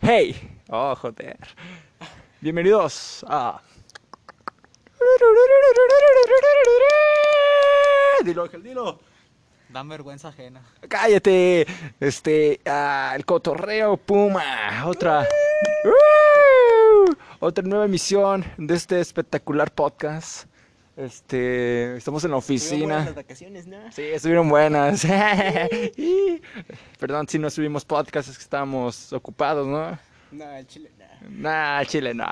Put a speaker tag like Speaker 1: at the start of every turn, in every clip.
Speaker 1: Hey, oh, joder. Bienvenidos a. Dilo, Ángel, dilo.
Speaker 2: Dan vergüenza ajena.
Speaker 1: Cállate. Este, ah, el cotorreo Puma. Otra. Otra nueva emisión de este espectacular podcast. Este, estamos en la oficina.
Speaker 3: Las vacaciones, ¿no?
Speaker 1: Sí, estuvieron buenas. Perdón si no subimos podcast, es que estábamos ocupados, ¿no?
Speaker 3: No, el chile, no.
Speaker 1: Nah, Chile, no.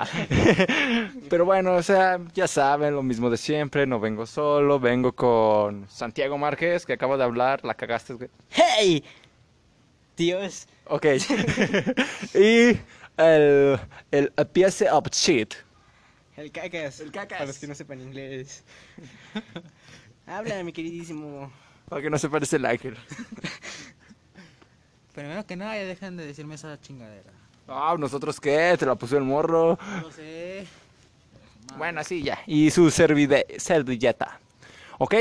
Speaker 1: Pero bueno, o sea, ya saben, lo mismo de siempre, no vengo solo, vengo con Santiago Márquez, que acaba de hablar, la cagaste. güey.
Speaker 3: ¡Hey! Tíos,
Speaker 1: Ok. y el, el piece of shit.
Speaker 3: el cacas. El cacas. Para los que no sepan inglés. Habla, mi queridísimo.
Speaker 1: Para que no se parece el ángel.
Speaker 2: Primero que nada, ya dejan de decirme esa chingadera.
Speaker 1: Ah, ¿nosotros qué? Te la puso el morro.
Speaker 2: No sé.
Speaker 1: Bueno, sí, ya. Y su servide- servilleta. ¿Ok?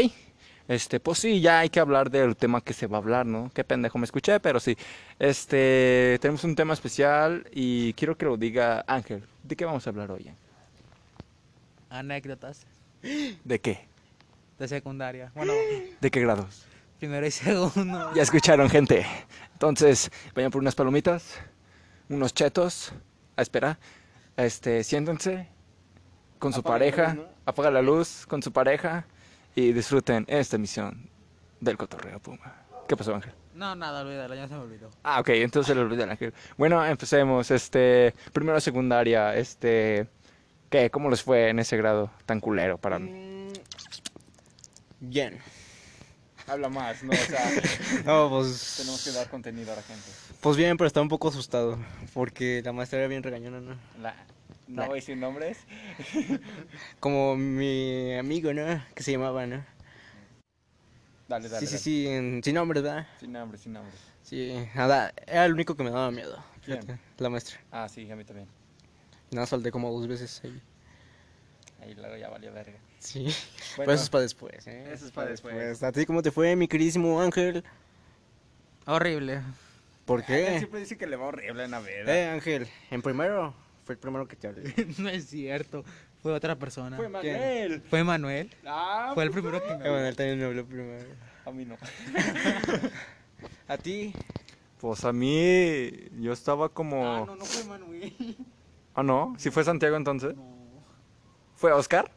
Speaker 1: Este, pues sí, ya hay que hablar del tema que se va a hablar, ¿no? Qué pendejo me escuché, pero sí. Este, tenemos un tema especial y quiero que lo diga Ángel. ¿De qué vamos a hablar hoy?
Speaker 2: Anécdotas
Speaker 1: ¿De qué?
Speaker 2: de secundaria. Bueno,
Speaker 1: ¿De qué grados?
Speaker 2: primero y segundo.
Speaker 1: Ya escucharon, gente. Entonces, vayan por unas palomitas, unos chetos, a esperar. Este, siéntense con su
Speaker 3: Apaga la
Speaker 1: pareja,
Speaker 3: luz, ¿no?
Speaker 1: apaga la luz con su pareja y disfruten esta emisión del cotorreo Puma. ¿Qué pasó, Ángel?
Speaker 2: No, nada, olvídalo, ya se me olvidó.
Speaker 1: Ah, ok, entonces lo olvidé, Ángel. Bueno, empecemos. Este, primero secundaria, este, ¿qué? ¿Cómo les fue en ese grado tan culero para mí?
Speaker 3: Mm,
Speaker 1: Mm,
Speaker 3: Bien.
Speaker 1: Habla más, no, o sea,
Speaker 3: No, pues.
Speaker 1: que dar contenido a la gente.
Speaker 3: Pues bien, pero estaba un poco asustado. Porque la maestra era bien regañona, ¿no?
Speaker 1: no voy a decir nombres.
Speaker 3: Como mi amigo, ¿no? Que se llamaba, ¿no?
Speaker 1: Dale,
Speaker 3: sí, sí, sí, en- sin nombre, ¿verdad?
Speaker 1: Sin nombres, sin nombres.
Speaker 3: Sí, nada, era el único que me daba miedo.
Speaker 1: ¿Quién?
Speaker 3: fíjate, La maestra.
Speaker 1: Ah, sí, a mí también.
Speaker 3: Nada, salté como dos veces ahí.
Speaker 1: Ahí luego ya valió verga.
Speaker 3: Sí.
Speaker 1: Bueno.
Speaker 3: Pero eso es para después, ¿eh?
Speaker 1: Eso es pa' después.
Speaker 3: ¿A ti cómo te fue, mi queridísimo Ángel?
Speaker 2: Horrible.
Speaker 3: ¿Por
Speaker 1: Eh.
Speaker 3: qué?
Speaker 1: dice que le va horrible en la vida.
Speaker 3: Eh, Ángel, en primero fue el primero que te hablé. Eh,
Speaker 2: no es cierto. Fue otra persona. Fue,
Speaker 3: Manuel.
Speaker 2: Manuel.
Speaker 1: Ah,
Speaker 2: Fue el primero que me
Speaker 3: Emanuel también me habló primero.
Speaker 1: a mí no.
Speaker 3: ¿A ti?
Speaker 1: Pues a mí, yo estaba como...
Speaker 2: Ah, no, no fue Manuel.
Speaker 1: Ah, no, si fue Santiago entonces.
Speaker 2: No.
Speaker 1: ¿Fue Oscar?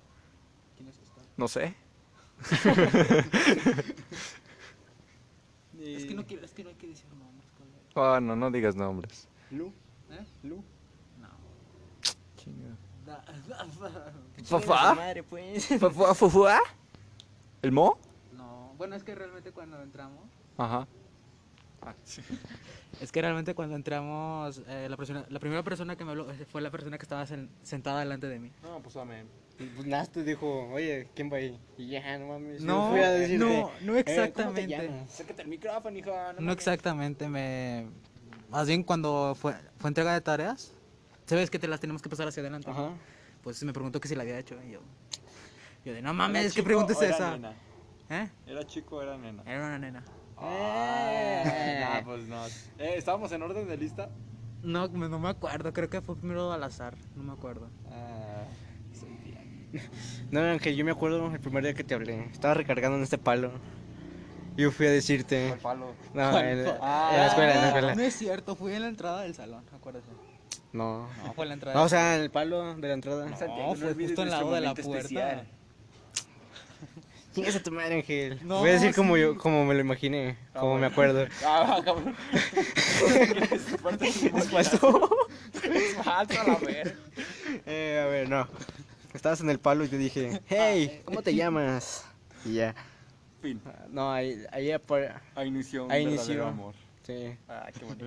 Speaker 2: ¿Quién es esta?
Speaker 1: No sé.
Speaker 2: Es que no quiero, es que no hay que decir nombres. colega.
Speaker 1: Ah, no, no digas nombres.
Speaker 3: Lu.
Speaker 2: ¿Eh?
Speaker 3: Lu.
Speaker 2: No. Da-
Speaker 1: ¿Fafá?
Speaker 3: Madre, pues.
Speaker 1: ¿Fafá, fufua? ah? ¿El Mo?
Speaker 2: No. Bueno, es que realmente cuando entramos.
Speaker 1: Ajá. Ah,
Speaker 2: Es que realmente cuando entramos, eh, la, persona- la primera persona que me habló eh, fue la persona que estaba sen- sentada delante de mí.
Speaker 1: No, pues amén.
Speaker 3: Y pues nada, te dijo, oye, ¿quién va ahí? Y ya, no mames. yo
Speaker 2: No,
Speaker 3: fui a decirte,
Speaker 2: no, no
Speaker 3: "Eh, ¿cómo te
Speaker 2: exactamente.
Speaker 3: llamas?"
Speaker 1: Acércate al micrófono, hijo.
Speaker 2: No exactamente, me... Más bien cuando fue, fue entrega de tareas, sabes que te las tenemos que pasar hacia adelante.
Speaker 3: Ajá.
Speaker 2: Pues me preguntó que si la había hecho y yo... Yo de, no mames, ¿qué pregunta es esa? ¿Eh?
Speaker 1: ¿Era chico o era nena?
Speaker 2: Era una nena.
Speaker 3: Eh.
Speaker 1: pues no. Eh, ¿Estábamos en orden de lista?
Speaker 2: No, me- no me acuerdo, creo que fue primero al azar, no me acuerdo.
Speaker 1: Ah.
Speaker 3: No, Ángel, yo me acuerdo el primer día que te hablé. Estaba recargando en este palo. Y Yo fui a decirte.
Speaker 1: palo.
Speaker 3: No, en, en
Speaker 1: Ah.
Speaker 3: la escuela, en la
Speaker 2: No
Speaker 3: escuela.
Speaker 2: es cierto, fue en la entrada del salón, acuérdese.
Speaker 3: No.
Speaker 2: No, fue en la entrada.
Speaker 3: No, o sea, en el palo de la entrada.
Speaker 2: No, fue justo en este la boda de la puerta.
Speaker 3: Chingas a tu madre, Ángel.
Speaker 2: No,
Speaker 3: Voy a decir como
Speaker 2: sí.
Speaker 3: yo, como me lo imaginé,
Speaker 1: Ah,
Speaker 3: como me
Speaker 1: bueno.
Speaker 3: acuerdo.
Speaker 1: Ah, cabrón. Falta la ver.
Speaker 3: eh, a ver, no. Estabas en el palo y te
Speaker 1: Ah,
Speaker 3: dije, hey, ¿cómo te llamas? Y ya.
Speaker 1: eh. Fin.
Speaker 3: No, ahí, ahí, apar-
Speaker 1: A inició un
Speaker 3: Ahí
Speaker 1: verdadero
Speaker 3: inició.
Speaker 1: amor.
Speaker 3: sí.
Speaker 1: Ah, qué bonito.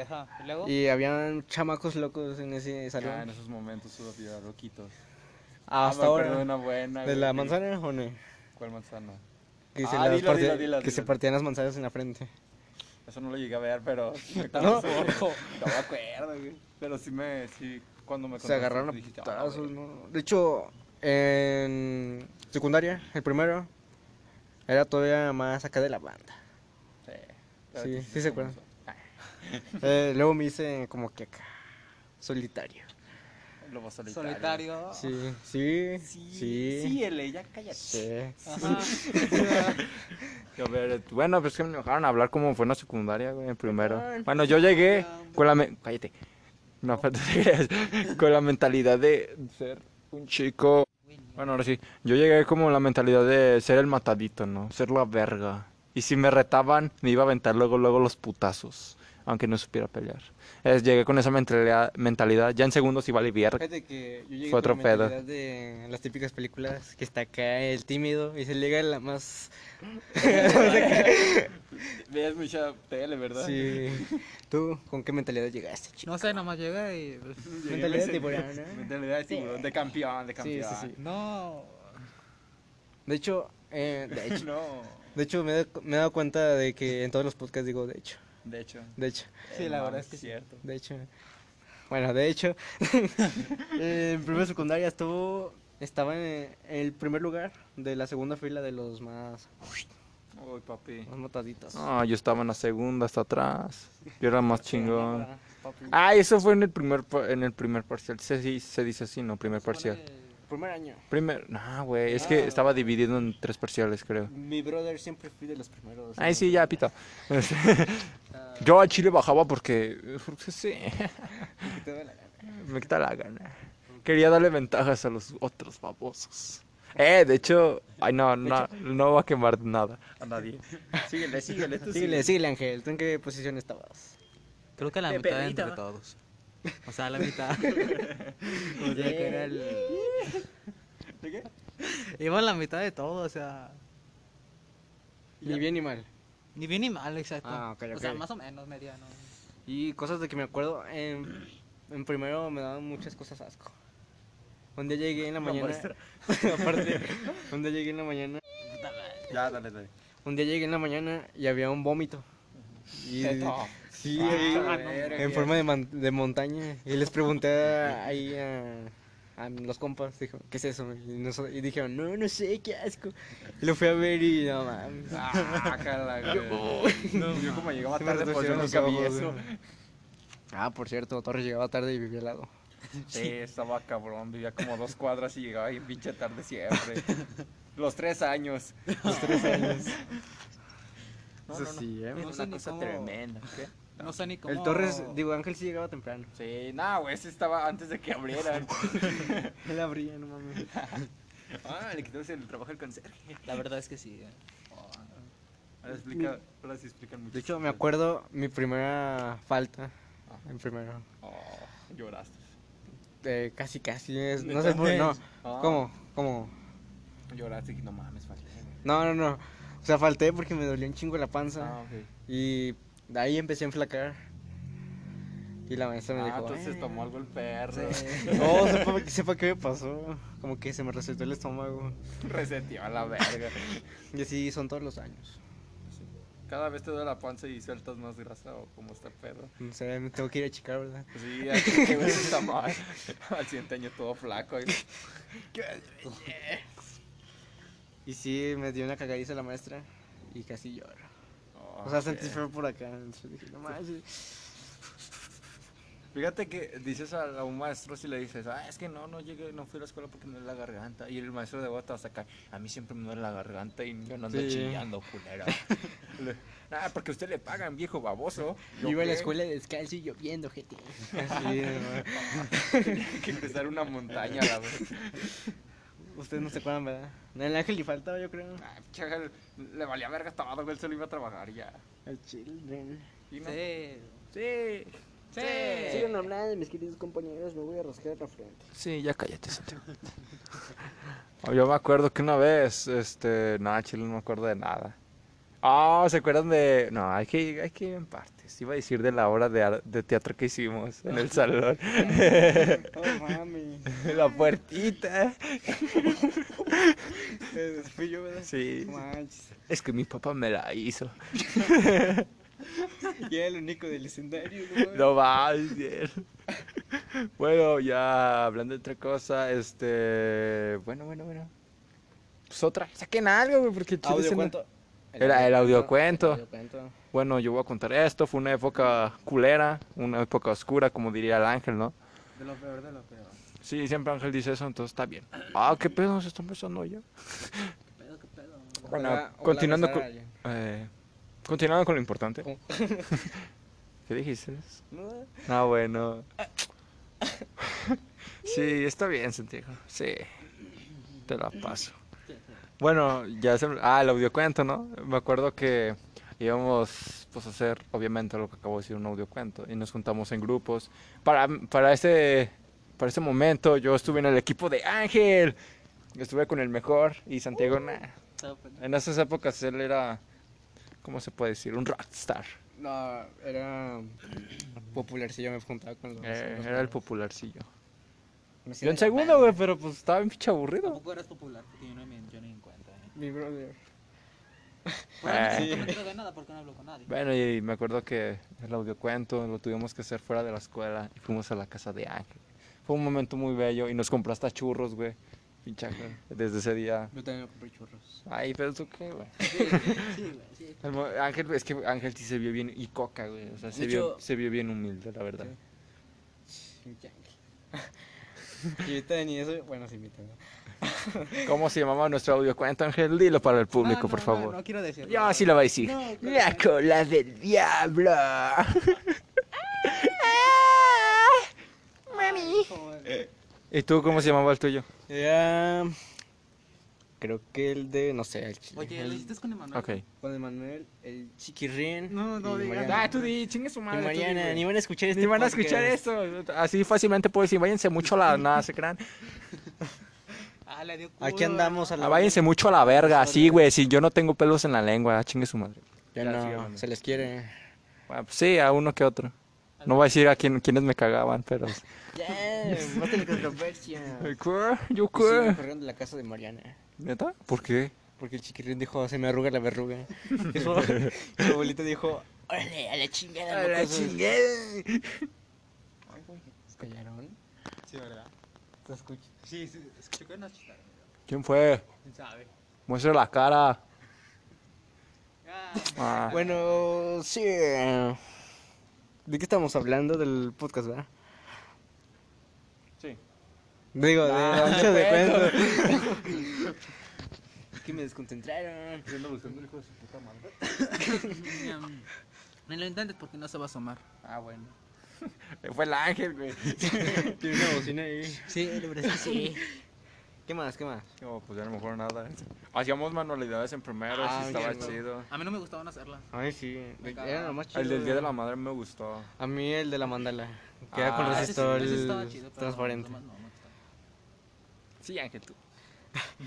Speaker 2: Ajá, ¿y luego?
Speaker 3: Y habían chamacos locos en ese
Speaker 1: Ah, en
Speaker 3: salón.
Speaker 1: esos momentos todavía loquitos.
Speaker 3: Hasta
Speaker 1: Ah, me acuerdo de
Speaker 3: ahora.
Speaker 1: una buena.
Speaker 3: ¿De la
Speaker 1: güey.
Speaker 3: manzana o no?
Speaker 1: ¿Cuál manzana?
Speaker 3: Que, se,
Speaker 1: Ah,
Speaker 3: las
Speaker 1: dilo,
Speaker 3: partía-
Speaker 1: dilo, dilo,
Speaker 3: que se
Speaker 1: dilo.
Speaker 3: partían las manzanas en la frente.
Speaker 1: Eso no lo llegué a ver, pero. Me
Speaker 3: No.
Speaker 1: no. no me acuerdo, güey. Pero sí me. Sí, cuando me
Speaker 3: Se
Speaker 1: contaste,
Speaker 3: agarraron a
Speaker 1: dijiste, ah,
Speaker 3: putazos,
Speaker 1: güey.
Speaker 3: ¿no? De hecho, en secundaria, el primero, era todavía más acá de la banda.
Speaker 1: Sí.
Speaker 3: Sí,
Speaker 1: Claro que
Speaker 3: sí se
Speaker 1: somos-
Speaker 3: acuerdan.
Speaker 1: Ah.
Speaker 3: Eh, luego me hice como que acá, solitario.
Speaker 1: Lobo solitario.
Speaker 2: Solitario.
Speaker 3: Sí, sí,
Speaker 1: Ah. Sí,
Speaker 3: sí.
Speaker 1: sí, L, ya cállate.
Speaker 3: sí.
Speaker 2: Ajá.
Speaker 1: A ver, bueno, pues que me dejaron hablar cómo fue en la secundaria, güey, en primero.
Speaker 3: Perdón.
Speaker 1: Bueno, yo llegué
Speaker 2: Ya, hombre.
Speaker 1: con la... me- Cállate. No, pero te creas. con la mentalidad de ser un chico... Bueno, ahora sí. Yo llegué como la mentalidad de ser el matadito, ¿no? Ser la verga. Y si me retaban, me iba a aventar luego, luego los putazos. Aunque no supiera pelear. Es- llegué con esa mentalidad, mentalidad. Ya en segundos iba a aliviar.
Speaker 3: Fíjate que yo llegué
Speaker 1: Fue otro
Speaker 3: con la
Speaker 1: pedo.
Speaker 3: mentalidad de las típicas películas que está acá el tímido y se llega la más
Speaker 1: Veías mucha tele,
Speaker 3: sí. ¿Tú con qué mentalidad llegaste, chico?
Speaker 2: No sé, nomás llegué y. pues,
Speaker 3: Mentalidad de tiburón, ¿no?
Speaker 1: Mentalidad de tiburón, de campeón, de
Speaker 3: Sí, sí, sí.
Speaker 2: No.
Speaker 3: De hecho, eh, de hecho,
Speaker 1: No,
Speaker 3: de hecho me, he dado- me he dado cuenta de que en todos los podcasts digo de hecho,
Speaker 1: de hecho.
Speaker 3: de hecho,
Speaker 2: Sí, la verdad Eh, es que sí.
Speaker 1: cierto.
Speaker 3: de hecho. Bueno, de hecho, eh, en primera secundaria estuvo, estaba en el primer lugar de la segunda fila de los más,
Speaker 1: Uy, papi.
Speaker 3: más mataditos.
Speaker 1: No, yo estaba en la segunda hasta atrás. Yo era más chingón.
Speaker 3: Papi.
Speaker 1: Ah, eso fue en el primer par- en el primer parcial. Se, di- se dice así, no, primer parcial.
Speaker 3: Primer año.
Speaker 1: Primer, no, güey, es que estaba dividido en tres parciales, creo.
Speaker 3: Mi brother siempre fui de los primeros.
Speaker 1: Ay, sí, ya pito. Yo a Chile bajaba porque porque sí, me quita la gana. Quería darle ventajas a los otros babosos. Eh, de hecho, ay no, no no va a quemar nada a nadie. Síguele, síguele,
Speaker 3: Síguele, síguele, Ángel. ¿Tú en qué posición estabas?
Speaker 2: Creo que la
Speaker 1: De
Speaker 2: mitad
Speaker 1: pedito.
Speaker 2: entre todos. O sea, la mitad. o sea,
Speaker 3: Pues
Speaker 2: que era el.
Speaker 1: ¿De qué?
Speaker 2: Iba la mitad de todo, o sea.
Speaker 3: Ni bien ni mal.
Speaker 2: Ni bien ni mal, exacto.
Speaker 3: Ah, ok,
Speaker 2: O sea,
Speaker 3: ok.
Speaker 2: más o menos mediano.
Speaker 3: Y cosas de que me acuerdo. En, en primero me daban muchas cosas asco. Un día llegué en la
Speaker 1: La
Speaker 3: mañana.
Speaker 1: muestra.
Speaker 3: aparte, un día llegué en la mañana.
Speaker 1: Ya, dale, dale.
Speaker 3: Un día llegué en la mañana y había un vómito. Y, sí, ahí,
Speaker 1: Ah, no,
Speaker 3: en forma de, man- de montaña. Y les pregunté a- ahí a, a los compas, dijo, ¿qué es eso? Y, noso- y dijeron, no, no sé, qué asco. Y lo fui a ver y no mames.
Speaker 1: Ah, no, yo como llegaba
Speaker 3: Se me
Speaker 1: tarde, pues yo
Speaker 3: retorcieron
Speaker 1: nunca
Speaker 3: los
Speaker 1: vi
Speaker 3: ojos,
Speaker 1: eso.
Speaker 3: güey. Ah, por cierto, Torres llegaba tarde y vivía al lado.
Speaker 1: Sí, estaba cabrón, vivía como dos cuadras y llegaba bien pinche tarde siempre. Los tres años.
Speaker 3: Los tres años.
Speaker 1: No,
Speaker 3: Eso
Speaker 1: no, no.
Speaker 3: sí, eh.
Speaker 1: Era
Speaker 2: No sé
Speaker 1: una
Speaker 2: ni
Speaker 1: cosa
Speaker 2: cómo-
Speaker 1: tremenda. ¿Qué?
Speaker 2: No sé ni cómo.
Speaker 3: El Torres, digo, Ángel sí llegaba temprano.
Speaker 1: Sí, nada, güey, ese estaba antes de que abrieran.
Speaker 3: Él abría, no mames.
Speaker 1: ah, le quitamos el trabajo al conserje.
Speaker 2: La verdad es que sí. eh.
Speaker 1: Ahora, explica, ahora sí explican mucho.
Speaker 3: De hecho, me acuerdo mi primera falta. En primero.
Speaker 1: Oh, lloraste.
Speaker 3: Eh, casi, casi. es- no
Speaker 1: ¿Neta?
Speaker 3: sé por No.
Speaker 1: Ah.
Speaker 3: ¿Cómo? ¿Cómo?
Speaker 1: Lloraste y no mames, falté. güey.
Speaker 3: No, no, no. O sea, falté porque me dolió un chingo la panza.
Speaker 1: Ah, ok.
Speaker 3: Y de ahí empecé a enflacar. Y la maestra me
Speaker 1: Ah,
Speaker 3: dijo. "Eh,
Speaker 1: entonces
Speaker 3: "Ay,
Speaker 1: tomó algo el perro.
Speaker 3: No, sepa, sepa qué me pasó. Como que se me resetó el estómago.
Speaker 1: Resetió a la verga.
Speaker 3: Y así son todos los años.
Speaker 1: Cada vez te duele la panza y sueltas más grasa o cómo está el perro.
Speaker 3: No sé, me tengo que ir a checar, ¿verdad?
Speaker 1: Sí, aquí que ves está mal. Al siguiente año todo flaco. y-
Speaker 3: Y sí, me dio una cagadiza la maestra. Y casi lloro.
Speaker 1: Oh,
Speaker 3: O sea,
Speaker 1: shit.
Speaker 3: sentí feo por acá. entonces dije, "No manches".
Speaker 1: Fíjate que dices a, a un maestro si le dices, ah, es que no, no llegué, no fui a la escuela porque me duele la garganta. Y el maestro de bota va a sacar, a mí siempre me duele la garganta y yo no ando
Speaker 3: Sí.
Speaker 1: chillando, culera. Le- ah, porque a usted le pagan, viejo baboso. Yo
Speaker 3: Iba a la
Speaker 1: qué,
Speaker 3: escuela descalzo y lloviendo, gente. Así, ¿no?
Speaker 1: Hay que cruzar una montaña, la verdad.
Speaker 3: Ustedes no se acuerdan, ¿verdad? El ángel le faltaba, yo creo.
Speaker 1: Ah, chaval, le valía verga estaba güey, él solo iba a trabajar ya.
Speaker 3: El children.
Speaker 1: Y no-
Speaker 2: Sí.
Speaker 1: Sí.
Speaker 2: Sí.
Speaker 1: Sigan
Speaker 3: hablando de mis queridos compañeros, me voy a rascar la frente.
Speaker 1: Sí, ya cállate, Santiago. Oh, Yo me acuerdo que una vez, este, nada, chile, no me acuerdo de nada. Ah, ¿se acuerdan de...? No, hay que, hay que ir en partes. Iba a decir de la obra de, ar- de teatro que hicimos en el salón.
Speaker 3: Oh, mami.
Speaker 1: la puertita.
Speaker 3: Eh, Fui yo, ¿verdad?
Speaker 1: Sí.
Speaker 3: No manches.
Speaker 1: Es que mi papá me la hizo.
Speaker 3: Y era el único del escenario, ¿no?
Speaker 1: No va, es cierto. Bueno, ya hablando de otra cosa, este... Bueno, bueno, bueno. Pues otra. Saquen algo, güey, porque... chile, se
Speaker 3: Audio,
Speaker 1: me-
Speaker 3: ¿cuánto?
Speaker 1: Era el audiocuento.
Speaker 3: Audiocuento.
Speaker 1: Bueno, yo voy a contar esto. Fue una época culera, una época oscura, como diría el ángel, ¿no?
Speaker 2: De lo peor, de lo peor.
Speaker 1: Sí, siempre Ángel dice eso, entonces está bien. Ah, qué pedo, se está empezando ya. Bueno,
Speaker 3: Ojalá- ojalá
Speaker 1: continuando, con,
Speaker 3: besara a alguien.
Speaker 1: eh, continuando con lo importante.
Speaker 2: Oh.
Speaker 3: ¿Cómo?
Speaker 1: ¿Qué dijiste?
Speaker 3: No,
Speaker 1: Ah, bueno. Sí, está bien, Santiago. Sí. Te la paso. Bueno, ya se... Ah, el audiocuento, ¿no? Me acuerdo que íbamos pues, a hacer, obviamente, lo que acabo de decir, un audiocuento. Y nos juntamos en grupos. Para, para, ese, para ese momento yo estuve en el equipo de Ángel. Estuve con el mejor y Santiago, nah.
Speaker 2: pues,
Speaker 1: En esas épocas él era, ¿cómo se puede decir? Un rockstar.
Speaker 3: No, era popular si yo me juntaba con los.
Speaker 1: Eh,
Speaker 3: los
Speaker 1: era el
Speaker 3: perros.
Speaker 1: popularcillo.
Speaker 3: Me hacía
Speaker 1: Yo en
Speaker 3: de la
Speaker 1: segundo, güey, pero pues estaba bien pinche aburrido.
Speaker 2: Tampoco eras popular, porque yo no me yo ni en cuenta. ¿eh?
Speaker 3: Mi brother.
Speaker 2: Pues, no
Speaker 1: Eh.
Speaker 2: me entero de nada porque no hablo con nadie.
Speaker 1: Bueno, y me acuerdo que el audiocuento lo tuvimos que hacer fuera de la escuela y fuimos a la casa de Ángel. Fue un momento muy bello y nos compró hasta churros, güey. Pinche Ángel, Desde ese día.
Speaker 2: Yo también me compré churros.
Speaker 1: Ay, pero tú qué, güey.
Speaker 2: Sí, güey, sí.
Speaker 1: El mo- Ángel, es que Ángel sí se vio bien y coca, güey. O sea, se,
Speaker 3: De
Speaker 1: vio,
Speaker 3: hecho-
Speaker 1: se vio bien humilde, la verdad.
Speaker 3: Y ahorita ni eso. Bueno, sí, mi tengo.
Speaker 1: ¿Cómo se llamaba nuestro audiocuento, Ángel? Dilo para el público, por favor.
Speaker 2: Ah, No, quiero decirlo.
Speaker 1: Yo sí lo voy a decir.
Speaker 2: No, claro que
Speaker 1: la
Speaker 2: no.
Speaker 1: cola del diablo.
Speaker 2: Mami.
Speaker 1: ¿Y tú cómo se llamaba el tuyo?
Speaker 3: Era. Creo que el de. No sé, el chile.
Speaker 2: Oye, ¿lo
Speaker 3: el,
Speaker 2: hiciste con Emanuel?
Speaker 1: Ok.
Speaker 3: Juan Emanuel, el chiquirrín.
Speaker 2: No, no
Speaker 3: y
Speaker 2: digas.
Speaker 3: Mariana.
Speaker 2: Ah, tú
Speaker 1: di, chingue su
Speaker 3: Y Mariana, ni van a escuchar este esto.
Speaker 1: Ni van a escuchar esto. Así fácilmente puedo decir, váyanse mucho a la... Nada, se crean.
Speaker 2: Ah, le dio culo.
Speaker 3: Aquí andamos a la.
Speaker 1: Ah, váyanse mucho a la verga, así, güey. Si yo no tengo pelos en la lengua, ah, chingue su madre.
Speaker 3: Ya
Speaker 1: Ya,
Speaker 3: no,
Speaker 1: sí, hermano.
Speaker 3: se les quiere.
Speaker 1: Bueno, pues sí, a uno que otro. No voy a decir a quién, quiénes me cagaban, pero...
Speaker 3: Ya,
Speaker 2: Eh,
Speaker 3: más de la controversia.
Speaker 1: ¿Qué? ¿Yo
Speaker 3: Y sí, me
Speaker 1: qué?
Speaker 3: corrieron de la casa de Mariana.
Speaker 1: ¿Neta? ¿Por qué?
Speaker 3: Porque el chiquirrín dijo, se me arruga la verruga. Y su, y su abuelita dijo, órale, a la chingada. mocosos".
Speaker 1: chingada!
Speaker 3: Ay, güey, ¿Se callaron?
Speaker 2: Sí, ¿verdad?
Speaker 3: ¿Te escucho?
Speaker 2: Sí, sí, escuché que nos chitaron.
Speaker 1: ¿Quién fue?
Speaker 2: ¿Quién sabe?
Speaker 1: Muestra la cara.
Speaker 2: Ah,
Speaker 1: Ah,
Speaker 3: Bueno, sí. eh, ¿De qué estamos hablando del podcast, verdad?
Speaker 1: Sí.
Speaker 3: Digo, de
Speaker 1: Ah,
Speaker 3: ancho de
Speaker 1: bueno.
Speaker 3: cuento. Es que me desconcentraron.
Speaker 2: mm, No lo intentes porque no se va a asomar.
Speaker 1: ah, bueno. Fue el ángel, güey.
Speaker 3: Tiene una bocina ahí.
Speaker 2: Sí, libre, sí, sí.
Speaker 3: ¿Qué más? ¿Qué más?
Speaker 1: No, pues ya a lo mejor nada. Hacíamos manualidades en primero,
Speaker 3: Ah,
Speaker 1: sí estaba
Speaker 3: mierda.
Speaker 1: chido.
Speaker 2: A mí no me gustaban hacerlas.
Speaker 3: Ay, sí.
Speaker 2: Me
Speaker 3: Era lo más chido.
Speaker 1: El del Día de la Madre me gustó.
Speaker 3: A mí el de la mandala. Que era con
Speaker 1: Ah, ese sí,
Speaker 3: resistor
Speaker 2: ese sí estaba chido, pero
Speaker 3: transparente.
Speaker 2: los demás no, no gustaban.
Speaker 1: Sí, Ángel, tú.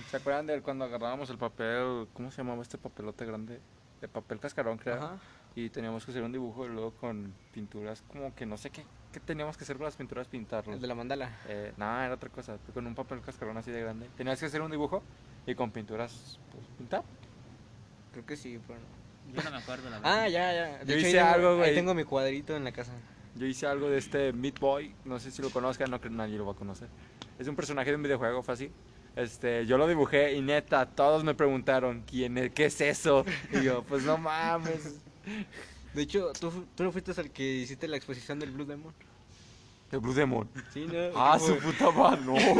Speaker 1: ¿Se acuerdan de cuando agarrábamos el papel? ¿Cómo se llamaba este papelote grande? De papel cascarón, creo.
Speaker 3: Ajá.
Speaker 1: Y teníamos que hacer un dibujo y luego con pinturas, como que no sé qué, qué teníamos que hacer con las pinturas, pintarlo.
Speaker 3: El de la mandala.
Speaker 1: Eh, no, era otra cosa. Con un papel cascarón así de grande. Tenías que hacer un dibujo y con pinturas, pues, pintar.
Speaker 3: Creo que sí, pero no.
Speaker 2: Yo no me acuerdo, la verdad.
Speaker 3: Ah, ya, ya.
Speaker 1: Yo
Speaker 3: hecho, ahí
Speaker 1: hice
Speaker 3: tengo-
Speaker 1: algo, güey.
Speaker 3: Ahí tengo mi cuadrito en la casa.
Speaker 1: Yo hice algo de este Meat Boy, no sé si lo conozcan, no creo que nadie lo va a conocer. Es un personaje de un videojuego, fue así. Este, yo lo dibujé y neta, todos me preguntaron, ¿quién es? ¿Qué es eso? Y yo, pues no mames.
Speaker 3: De hecho, tú, fu- tú no fuiste el que hiciste la exposición del Blue Demon.
Speaker 1: El Blue Demon.
Speaker 3: Sí, no. pues,
Speaker 1: Ah,
Speaker 3: Fue-
Speaker 1: su puta madre, no. güey.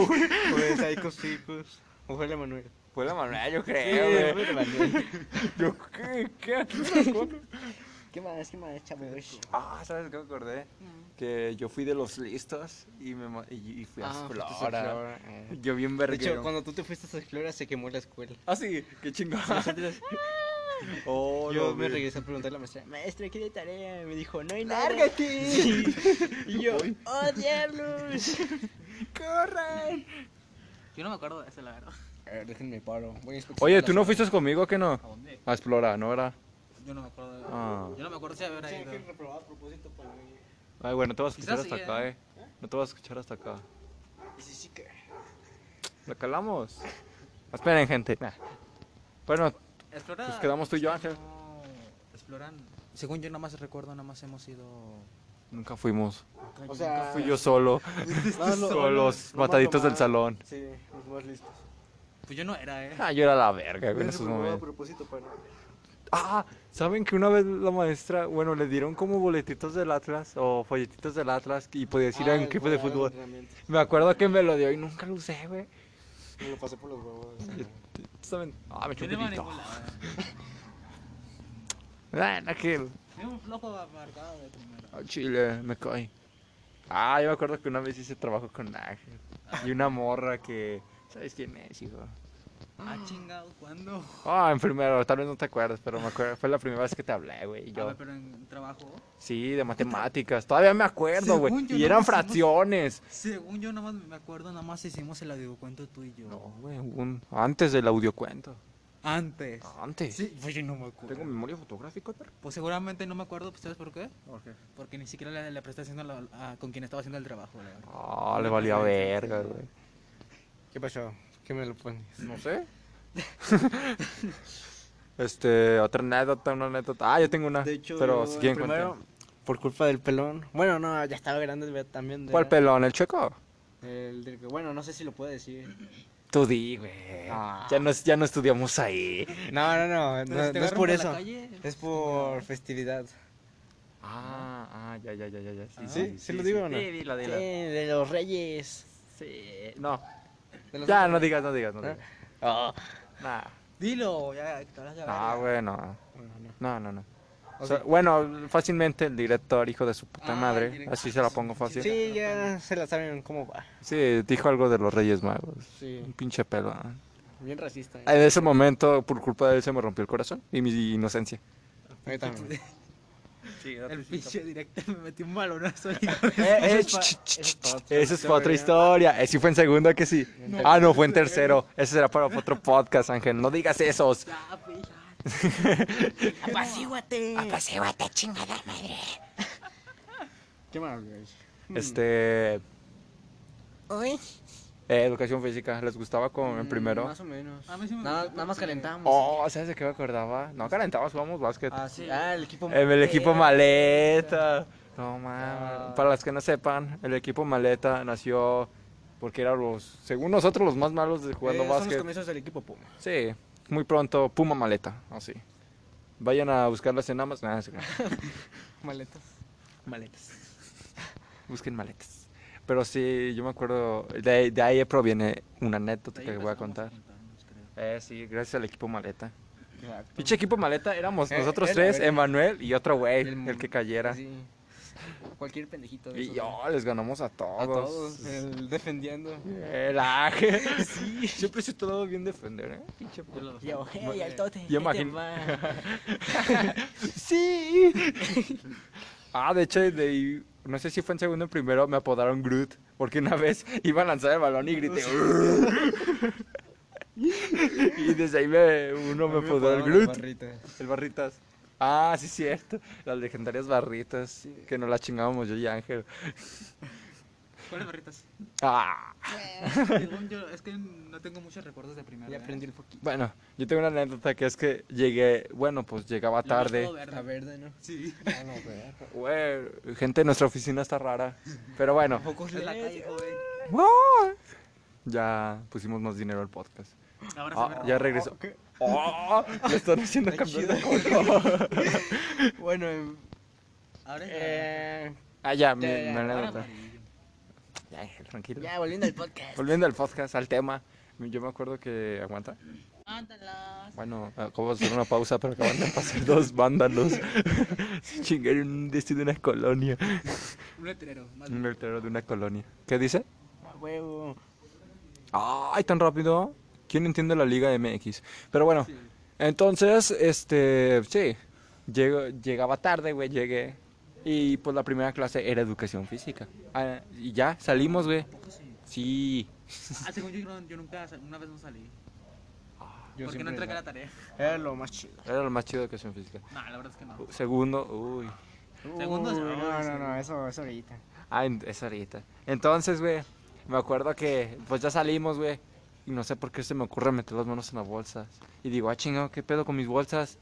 Speaker 3: Fue Psycho Circus. O fue el Emanuel.
Speaker 1: Fue la manera, yo
Speaker 3: Sí, fue
Speaker 1: creo,
Speaker 3: el
Speaker 1: güey.
Speaker 3: Emanuel.
Speaker 1: Yo, ¿qué? ¿Qué? ¿Aquí me lo cono?
Speaker 3: ¿Qué más? ¿Qué más, chavos?
Speaker 1: Ah, ¿sabes qué me acordé?
Speaker 2: Mm.
Speaker 1: Que yo fui de los listos y, me, ma- y, y fui a
Speaker 3: Ah, fuiste a
Speaker 1: Explora.
Speaker 3: Explora, eh.
Speaker 1: Yo bien
Speaker 3: De hecho,
Speaker 1: verguero.
Speaker 3: cuando tú te fuiste a Explora se quemó la escuela.
Speaker 1: Ah, sí, qué chingada. Oh,
Speaker 3: Yo
Speaker 1: no,
Speaker 3: me
Speaker 1: güey.
Speaker 3: regresé a preguntarle a la maestra, maestra, ¿qué de tarea? Y Me dijo, no hay nada.
Speaker 1: ¡Lárgate!
Speaker 3: Y yo, ¡oh, diablos!
Speaker 1: ¡Corran!
Speaker 2: Yo no me acuerdo de ese, la verdad.
Speaker 3: A ver, déjenme paro. Voy a inspeccionar
Speaker 1: Oye,
Speaker 3: la
Speaker 1: ¿tú no
Speaker 3: zona.
Speaker 1: fuiste conmigo que no?
Speaker 2: ¿A dónde?
Speaker 1: A explorar, ¿no era?
Speaker 2: Yo no me acuerdo. de-
Speaker 1: Ah.
Speaker 2: Yo no me acuerdo si haber
Speaker 3: Sí,
Speaker 2: ido.
Speaker 3: que reprobaba a propósito por mí.
Speaker 1: Ay, bueno, te vas a escuchar
Speaker 2: Quizás
Speaker 1: hasta
Speaker 2: sí,
Speaker 1: acá,
Speaker 2: ¿eh?
Speaker 1: eh. No te vas a escuchar hasta acá.
Speaker 3: Y sí, sí que...
Speaker 1: ¿La calamos? Esperen, gente. Nah. Bueno,
Speaker 2: Explora.
Speaker 1: Pues quedamos tú y yo, Ángel.
Speaker 2: No, exploran. Según yo, nada más recuerdo, nada más hemos ido.
Speaker 1: nunca fuimos.
Speaker 3: O sea...
Speaker 1: Fui yo solo. Con los mataditos del salón.
Speaker 3: Sí, los más listos.
Speaker 2: Pues yo no era, eh.
Speaker 1: Ah, yo era la verga, güey, en
Speaker 3: Yo
Speaker 1: esos
Speaker 3: reprobaba a
Speaker 1: momentos.
Speaker 3: propósito para...
Speaker 1: Ah, ¿saben que una vez la maestra, bueno, le dieron como boletitos del Atlas o folletitos del Atlas y podías
Speaker 2: Ah,
Speaker 3: Ah,
Speaker 1: ir a un equipo de fútbol? Me acuerdo que me lo dio y nunca lo usé, güey.
Speaker 4: Me lo pasé por los huevos.
Speaker 1: Justamente- Ah, me echó un
Speaker 2: Tiene
Speaker 1: grito.
Speaker 2: manipulado.
Speaker 1: Bueno, que
Speaker 2: Tiene un flojo marcado de primero.
Speaker 1: al Chile, me cae. Ah, yo me acuerdo que una vez hice trabajo con Ángel y una morra que. ¿Sabes quién es, hijo?
Speaker 2: Ah, chingado, ¿cuándo?
Speaker 1: Ah, en primero, tal vez no te acuerdas, pero me acuerdo, fue la primera vez que te hablé, güey. y
Speaker 2: A
Speaker 1: Yo,
Speaker 2: ver, Ah, pero en trabajo.
Speaker 1: sí, de matemáticas, todavía me acuerdo, güey.
Speaker 2: Según yo,
Speaker 1: Y
Speaker 2: no
Speaker 1: eran
Speaker 2: hicimos-
Speaker 1: fracciones.
Speaker 2: Según yo, nada más me acuerdo, nada más hicimos el audiocuento tú y yo.
Speaker 1: No, güey, un- antes del audiocuento.
Speaker 2: Antes.
Speaker 3: Ah,
Speaker 1: Antes.
Speaker 2: Sí, pues yo no me acuerdo.
Speaker 1: Tengo memoria fotográfica, perro.
Speaker 2: Pues seguramente no me acuerdo, pues ¿sabes por qué? Porque ni siquiera le, le presté haciendo la- a- con quien estaba haciendo el trabajo, la verdad.
Speaker 1: Ah, le valía verga, güey.
Speaker 3: ¿Qué pasó? ¿Qué me lo pones?
Speaker 1: No sé. este, otra anécdota, una anécdota. Ah, yo tengo una.
Speaker 3: De hecho,
Speaker 1: pero
Speaker 3: yo,
Speaker 1: si
Speaker 3: el
Speaker 1: quieren
Speaker 3: primero,
Speaker 1: cuenten.
Speaker 3: por culpa del pelón. Bueno, no, ya estaba grande ve, también. de-
Speaker 1: ¿Cuál pelón? ¿El chueco?
Speaker 3: El del que- bueno, no sé si lo puedo decir.
Speaker 1: Tú di, güey.
Speaker 3: Ah.
Speaker 1: Ya, no, ya no estudiamos ahí.
Speaker 3: No, no, no, no,
Speaker 2: Pero si te
Speaker 3: no es
Speaker 2: agarran
Speaker 3: por
Speaker 2: la
Speaker 3: eso. Eh.
Speaker 2: calle,
Speaker 3: Es por festividad.
Speaker 1: Ah, ah, ya, ya, ya, ya. ya.
Speaker 3: ¿Sí? ¿Sí lo digo o no?
Speaker 1: Sí, dilo,
Speaker 3: Sí,
Speaker 1: dilo.
Speaker 3: de los reyes.
Speaker 2: eh,
Speaker 1: Sí. No,
Speaker 3: De los-
Speaker 1: ya, no digas, no digas, no
Speaker 3: ¿Eh?
Speaker 1: digas.
Speaker 3: Ah,
Speaker 1: Nah.
Speaker 2: Dilo, ya, que te vas a
Speaker 1: Ah,
Speaker 2: verga.
Speaker 1: güey, no.
Speaker 3: bueno,
Speaker 1: No,
Speaker 3: no.
Speaker 1: no, no.
Speaker 3: O
Speaker 1: O sea,
Speaker 3: sea-
Speaker 1: bueno, fácilmente el director, hijo de su puta
Speaker 2: Ah, el
Speaker 1: madre.
Speaker 2: director.
Speaker 1: Así se la pongo fácil. Sí.
Speaker 3: Sí, ya se la saben cómo va.
Speaker 1: dijo algo de los Reyes Magos. Un
Speaker 3: Sí,
Speaker 1: pinche pelo. ¿eh?
Speaker 3: bien racista. ¿eh?
Speaker 2: Ah,
Speaker 1: En ese momento, por culpa de él, se me rompió el corazón y mi inocencia.
Speaker 3: A mí también.
Speaker 1: Sí,
Speaker 2: El pinche directo me metió un balonazo. hijo.
Speaker 3: Eh.
Speaker 1: Eh, Esa es para otra historia. Eh, Sí fue en segundo que sí. Ah, no, fue en tercero. Ese será para otro podcast, Ángel. No digas esos.
Speaker 2: Ya, güey, ya.
Speaker 3: Qué maravilla.
Speaker 1: Este, eh, educación física, ¿les gustaba como en primero?
Speaker 3: Más o menos.
Speaker 2: A mí sí me
Speaker 3: nada,
Speaker 2: gustó
Speaker 3: nada más
Speaker 2: porque-
Speaker 3: calentamos.
Speaker 1: Oh, ¿sabes de qué me acordaba? No, calentabas, jugamos básquet.
Speaker 3: Ah, sí. Ah, el equipo.
Speaker 1: En el equipo maleta. No mames. Para las que no sepan, el equipo maleta nació porque eran los, según nosotros, los más malos de jugando
Speaker 3: Eh, Son los
Speaker 1: básquet.
Speaker 3: comienzos del equipo Puma.
Speaker 1: Sí, muy pronto, Puma maleta, así. Vayan a buscarlas en Amazon. Nada, se crean.
Speaker 3: Maletas.
Speaker 1: Maletas. Busquen maletas. Pero sí, yo me acuerdo, de, de ahí proviene una anécdota
Speaker 2: Ahí
Speaker 1: que voy a
Speaker 2: empezamos
Speaker 1: contar.
Speaker 2: juntarnos, creo.
Speaker 1: Eh, sí, gracias al equipo maleta.
Speaker 3: Exacto.
Speaker 1: Pinche equipo maleta, éramos
Speaker 3: Eh,
Speaker 1: nosotros
Speaker 3: era,
Speaker 1: tres,
Speaker 3: era.
Speaker 1: Emanuel y otro güey, el,
Speaker 3: El-
Speaker 1: que cayera.
Speaker 3: Sí. Cualquier pendejito de
Speaker 1: Y
Speaker 3: esos,
Speaker 1: yo,
Speaker 3: ¿no?
Speaker 1: les ganamos a todos.
Speaker 3: A todos. eh. El defendiendo.
Speaker 1: El ángel. Siempre se te ha dado bien defender, ¿eh? Pinche
Speaker 2: Yo lo-
Speaker 3: Yo, hey, al tote.
Speaker 1: Yo
Speaker 3: ¿qué te
Speaker 1: imagino-
Speaker 3: va?
Speaker 1: Sí. ah, de hecho, de ahí, no sé si fue en segundo o en primero, me apodaron Groot. Porque una vez iba a lanzar el balón y grité. y desde ahí me- uno me
Speaker 3: A mí
Speaker 1: apodó el
Speaker 3: apodaban
Speaker 1: Groot.
Speaker 3: Barrita.
Speaker 1: El Barritas. Ah, sí, cierto. Las legendarias barritas. Que nos las chingábamos yo y Ángel.
Speaker 2: ¿Cuáles barritas?
Speaker 1: Ah.
Speaker 2: Según yo, es que no tengo muchos recuerdos de primero.
Speaker 3: Ya
Speaker 2: ¿eh?
Speaker 3: aprendí el poquito.
Speaker 1: Bueno, yo tengo una anécdota que es que llegué, bueno, pues llegaba
Speaker 2: Lo más todo
Speaker 1: tarde.
Speaker 2: verde.
Speaker 3: La verde, ¿no?
Speaker 2: Sí.
Speaker 3: Ah, no, verde.
Speaker 1: Güey, gente de nuestra oficina está rara. Pero bueno.
Speaker 3: Tampoco es
Speaker 2: Es la calle, joven.
Speaker 1: Ah. Ya pusimos más dinero al podcast.
Speaker 2: Ahora se
Speaker 1: Ah,
Speaker 2: verde.
Speaker 1: ya regresó. Oh, lo están haciendo
Speaker 3: Ay,
Speaker 1: cambiar de
Speaker 3: chido.
Speaker 1: color.
Speaker 3: Bueno, em,
Speaker 2: Ahora es naranja.
Speaker 3: eh,
Speaker 1: Ah, ya, mi,
Speaker 3: Ya, ya,
Speaker 1: mi
Speaker 3: ya.
Speaker 1: anécdota.
Speaker 2: Ahora amarillo.
Speaker 1: Ya, Ángel, tranquilo.
Speaker 3: ya volviendo al podcast.
Speaker 1: Volviendo al podcast, al tema. Yo me acuerdo que. ¿Aguanta?
Speaker 2: Mándalas.
Speaker 1: Bueno, acabo de hacer una pausa, pero acaban de pasar dos vándalos. Se chingaron un destino de una colonia.
Speaker 2: Un letrero. Más
Speaker 1: Un letrero de una colonia. ¿Qué dice?
Speaker 3: A huevo.
Speaker 1: ¡Ay, tan rápido! ¿Quién entiende la Liga MX? Pero bueno, entonces, este, sí, llego- llegaba tarde, güey, llegué. Y pues la primera clase era educación física. Ah, y ya, salimos, güey.
Speaker 2: Poco sí.
Speaker 1: Sí.
Speaker 2: Ah, según yo, no- yo nunca, sal- una vez no salí.
Speaker 3: Yo
Speaker 2: porque no
Speaker 3: siempre
Speaker 2: entregué
Speaker 3: era-
Speaker 2: la tarea.
Speaker 3: Era lo más chido.
Speaker 1: Era lo más chido de educación física.
Speaker 2: No, la verdad es que no.
Speaker 1: Segundo, uy.
Speaker 2: Segundo,
Speaker 3: Uh,
Speaker 2: sí,
Speaker 3: no,
Speaker 2: sí.
Speaker 3: no, no, eso es ahorita.
Speaker 1: Ah, en- es ahorita. Entonces, güey, me acuerdo que pues ya salimos, güey. Y no sé por qué se me ocurre meter las manos en las bolsas. Y digo, ah, chingado, ¿qué pedo con mis bolsas?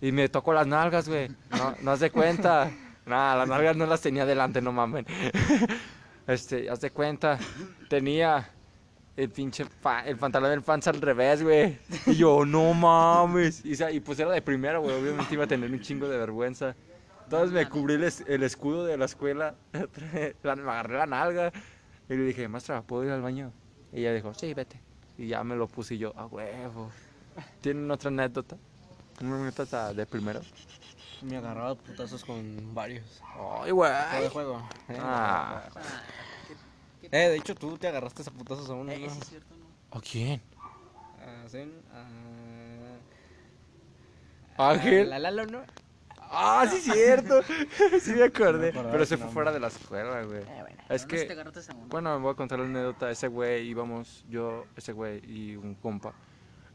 Speaker 1: Y me tocó las nalgas, güey. No, no haz de cuenta. Nada, las nalgas no las tenía delante, no mamen. Este, haz de cuenta. Tenía el pinche pa- el pantalón del panza al revés, güey. Y yo, no mames. Y, sa- y pues era de primero, güey. Obviamente iba a tener un chingo de vergüenza. Entonces me cubrí el, es- el escudo de la escuela. la- me agarré la nalga. Y le dije, maestra, ¿puedo ir al baño? Y ella dijo, sí, vete. Y ya me lo puse y yo, a huevo. ¿Tienen otra anécdota? ¿Una anécdota de primero?
Speaker 3: Me agarraba putazos con varios.
Speaker 1: Ay, güey.
Speaker 3: Todo de juego. ¿eh?
Speaker 1: Ah.
Speaker 3: Eh, de hecho, tú te agarraste a putazos a
Speaker 1: Eh,
Speaker 3: uno, ¿no?
Speaker 2: es cierto, ¿no?
Speaker 1: ¿A quién?
Speaker 3: A Zen, a...
Speaker 1: Ángel.
Speaker 3: a Lalo, ¿no?
Speaker 1: Ah, sí, cierto. sí, me acordé.
Speaker 3: acordaba
Speaker 1: Pero
Speaker 3: su
Speaker 1: se fue fuera de la escuela, güey. Es
Speaker 2: Eh, Pero no sé si te
Speaker 1: que,
Speaker 2: agarraste esa onda.
Speaker 1: bueno, me voy a contar la anécdota. Ese güey íbamos, yo, ese güey y un compa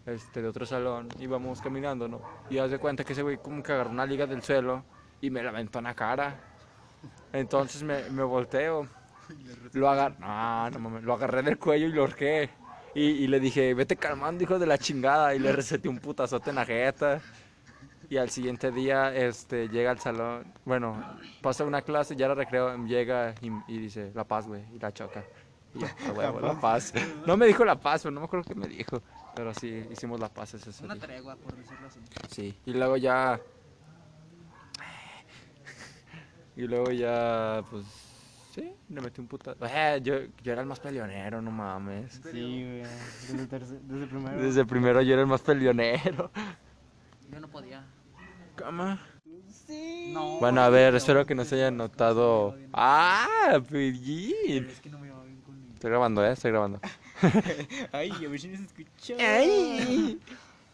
Speaker 1: este, de otro salón, íbamos caminando, ¿no? Y haz de cuenta que ese güey como que agarró una liga del suelo y me la aventó en la cara. Entonces me, me volteo. Lo agarré, no, no mames, lo agarré del cuello y lo horqué. Y, y le dije, vete calmando, hijo de la chingada. Y le receté un putazote en la jeta. Y al siguiente día, este, llega al salón. Bueno, pasa una clase, ya la recreo, llega y, y dice, La Paz, güey, y la choca. Y yo, "A huevo, la paz. No me dijo la paz, pero no me acuerdo qué me dijo. Pero sí, hicimos la paz ese
Speaker 2: Una
Speaker 1: día.
Speaker 2: tregua, por decirlo así.
Speaker 1: Sí, y luego ya. Y luego ya, pues. Sí, le metí un puta. Eh, yo, yo era el más peleonero, no mames.
Speaker 3: Sí, güey. Desde, terce- desde primero.
Speaker 1: Desde primero yo era el más peleonero.
Speaker 2: Yo no podía.
Speaker 1: Cama.
Speaker 3: Sí.
Speaker 2: No.
Speaker 1: Bueno, a ver, espero que no se hayan notado. ¡Ah!
Speaker 2: Pero
Speaker 1: Pellín!
Speaker 2: es que no me iba bien con
Speaker 1: Estoy grabando, ¿eh? Estoy grabando.
Speaker 3: Ay, a ver si nos escuchó.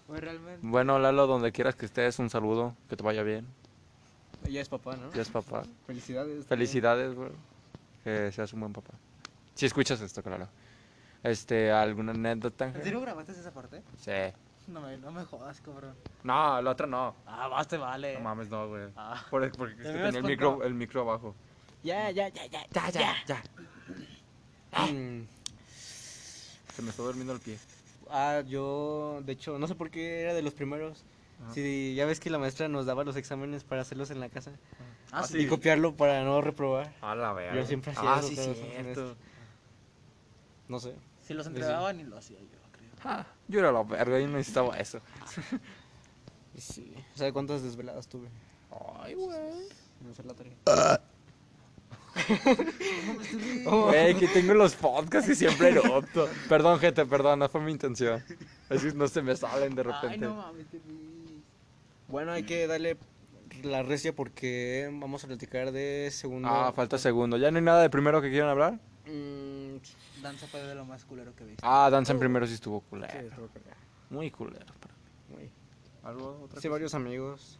Speaker 2: Pues realmente.
Speaker 1: Bueno, Lalo, donde quieras que estés, un saludo. Que te vaya bien.
Speaker 3: Ya es papá, ¿no?
Speaker 1: Ya es papá.
Speaker 3: Felicidades.
Speaker 1: Felicidades, güey. Que seas un buen papá. Si escuchas esto, claro. Este, ¿alguna anécdota?
Speaker 2: ¿En
Speaker 1: Ángel?
Speaker 2: serio grabaste esa parte?
Speaker 1: Sí.
Speaker 2: No me, no me jodas, cabrón.
Speaker 1: No, la otra no.
Speaker 2: Ah, vas, te vale.
Speaker 1: No mames, no, güey.
Speaker 2: Ah.
Speaker 1: Por- porque es que
Speaker 2: Ya me
Speaker 1: tenía
Speaker 2: habías
Speaker 1: el micro, el micro abajo.
Speaker 3: Ya, ya, ya, ya.
Speaker 1: Ah, Ya, ya, ya.
Speaker 3: Mm,
Speaker 1: Se me está durmiendo el pie.
Speaker 3: Ah, yo, de hecho, no sé por qué era de los primeros.
Speaker 1: Ah.
Speaker 3: Sí, ya ves que la maestra nos daba los exámenes para hacerlos en la casa
Speaker 1: Ah,
Speaker 3: y
Speaker 1: sí.
Speaker 3: copiarlo para no reprobar.
Speaker 1: A la verga.
Speaker 3: Yo siempre hacía
Speaker 1: Ah,
Speaker 3: eso
Speaker 1: sí,
Speaker 3: todos los
Speaker 1: cierto.
Speaker 3: semestres. No sé.
Speaker 2: Si los entregaban y lo hacía yo, creo.
Speaker 1: Ah, yo era la verga, yo no necesitaba eso.
Speaker 3: Sí. ¿Sabe cuántas desveladas tuve?
Speaker 1: Ay, güey.
Speaker 3: en hacer la tarea.
Speaker 1: Güey, que tengo los podcasts y siempre erupto. Perdón, gente, perdón, no fue mi intención. Así no se me salen de
Speaker 2: Ay,
Speaker 1: repente.
Speaker 2: no mames, te vi.
Speaker 3: Bueno, hay que darle la recia porque vamos a platicar de segundo.
Speaker 1: ah, falta segundo. ¿Ya no hay nada de primero que quieran hablar?
Speaker 3: Mm,
Speaker 2: Danza fue de lo más culero que he visto.
Speaker 1: Ah, Danza en primero sí estuvo culero.
Speaker 3: Oh. sí, estuvo culero.
Speaker 1: Muy culero. pero-
Speaker 3: Muy.
Speaker 1: ¿Algo? ¿Otra
Speaker 3: Hice varios amigos.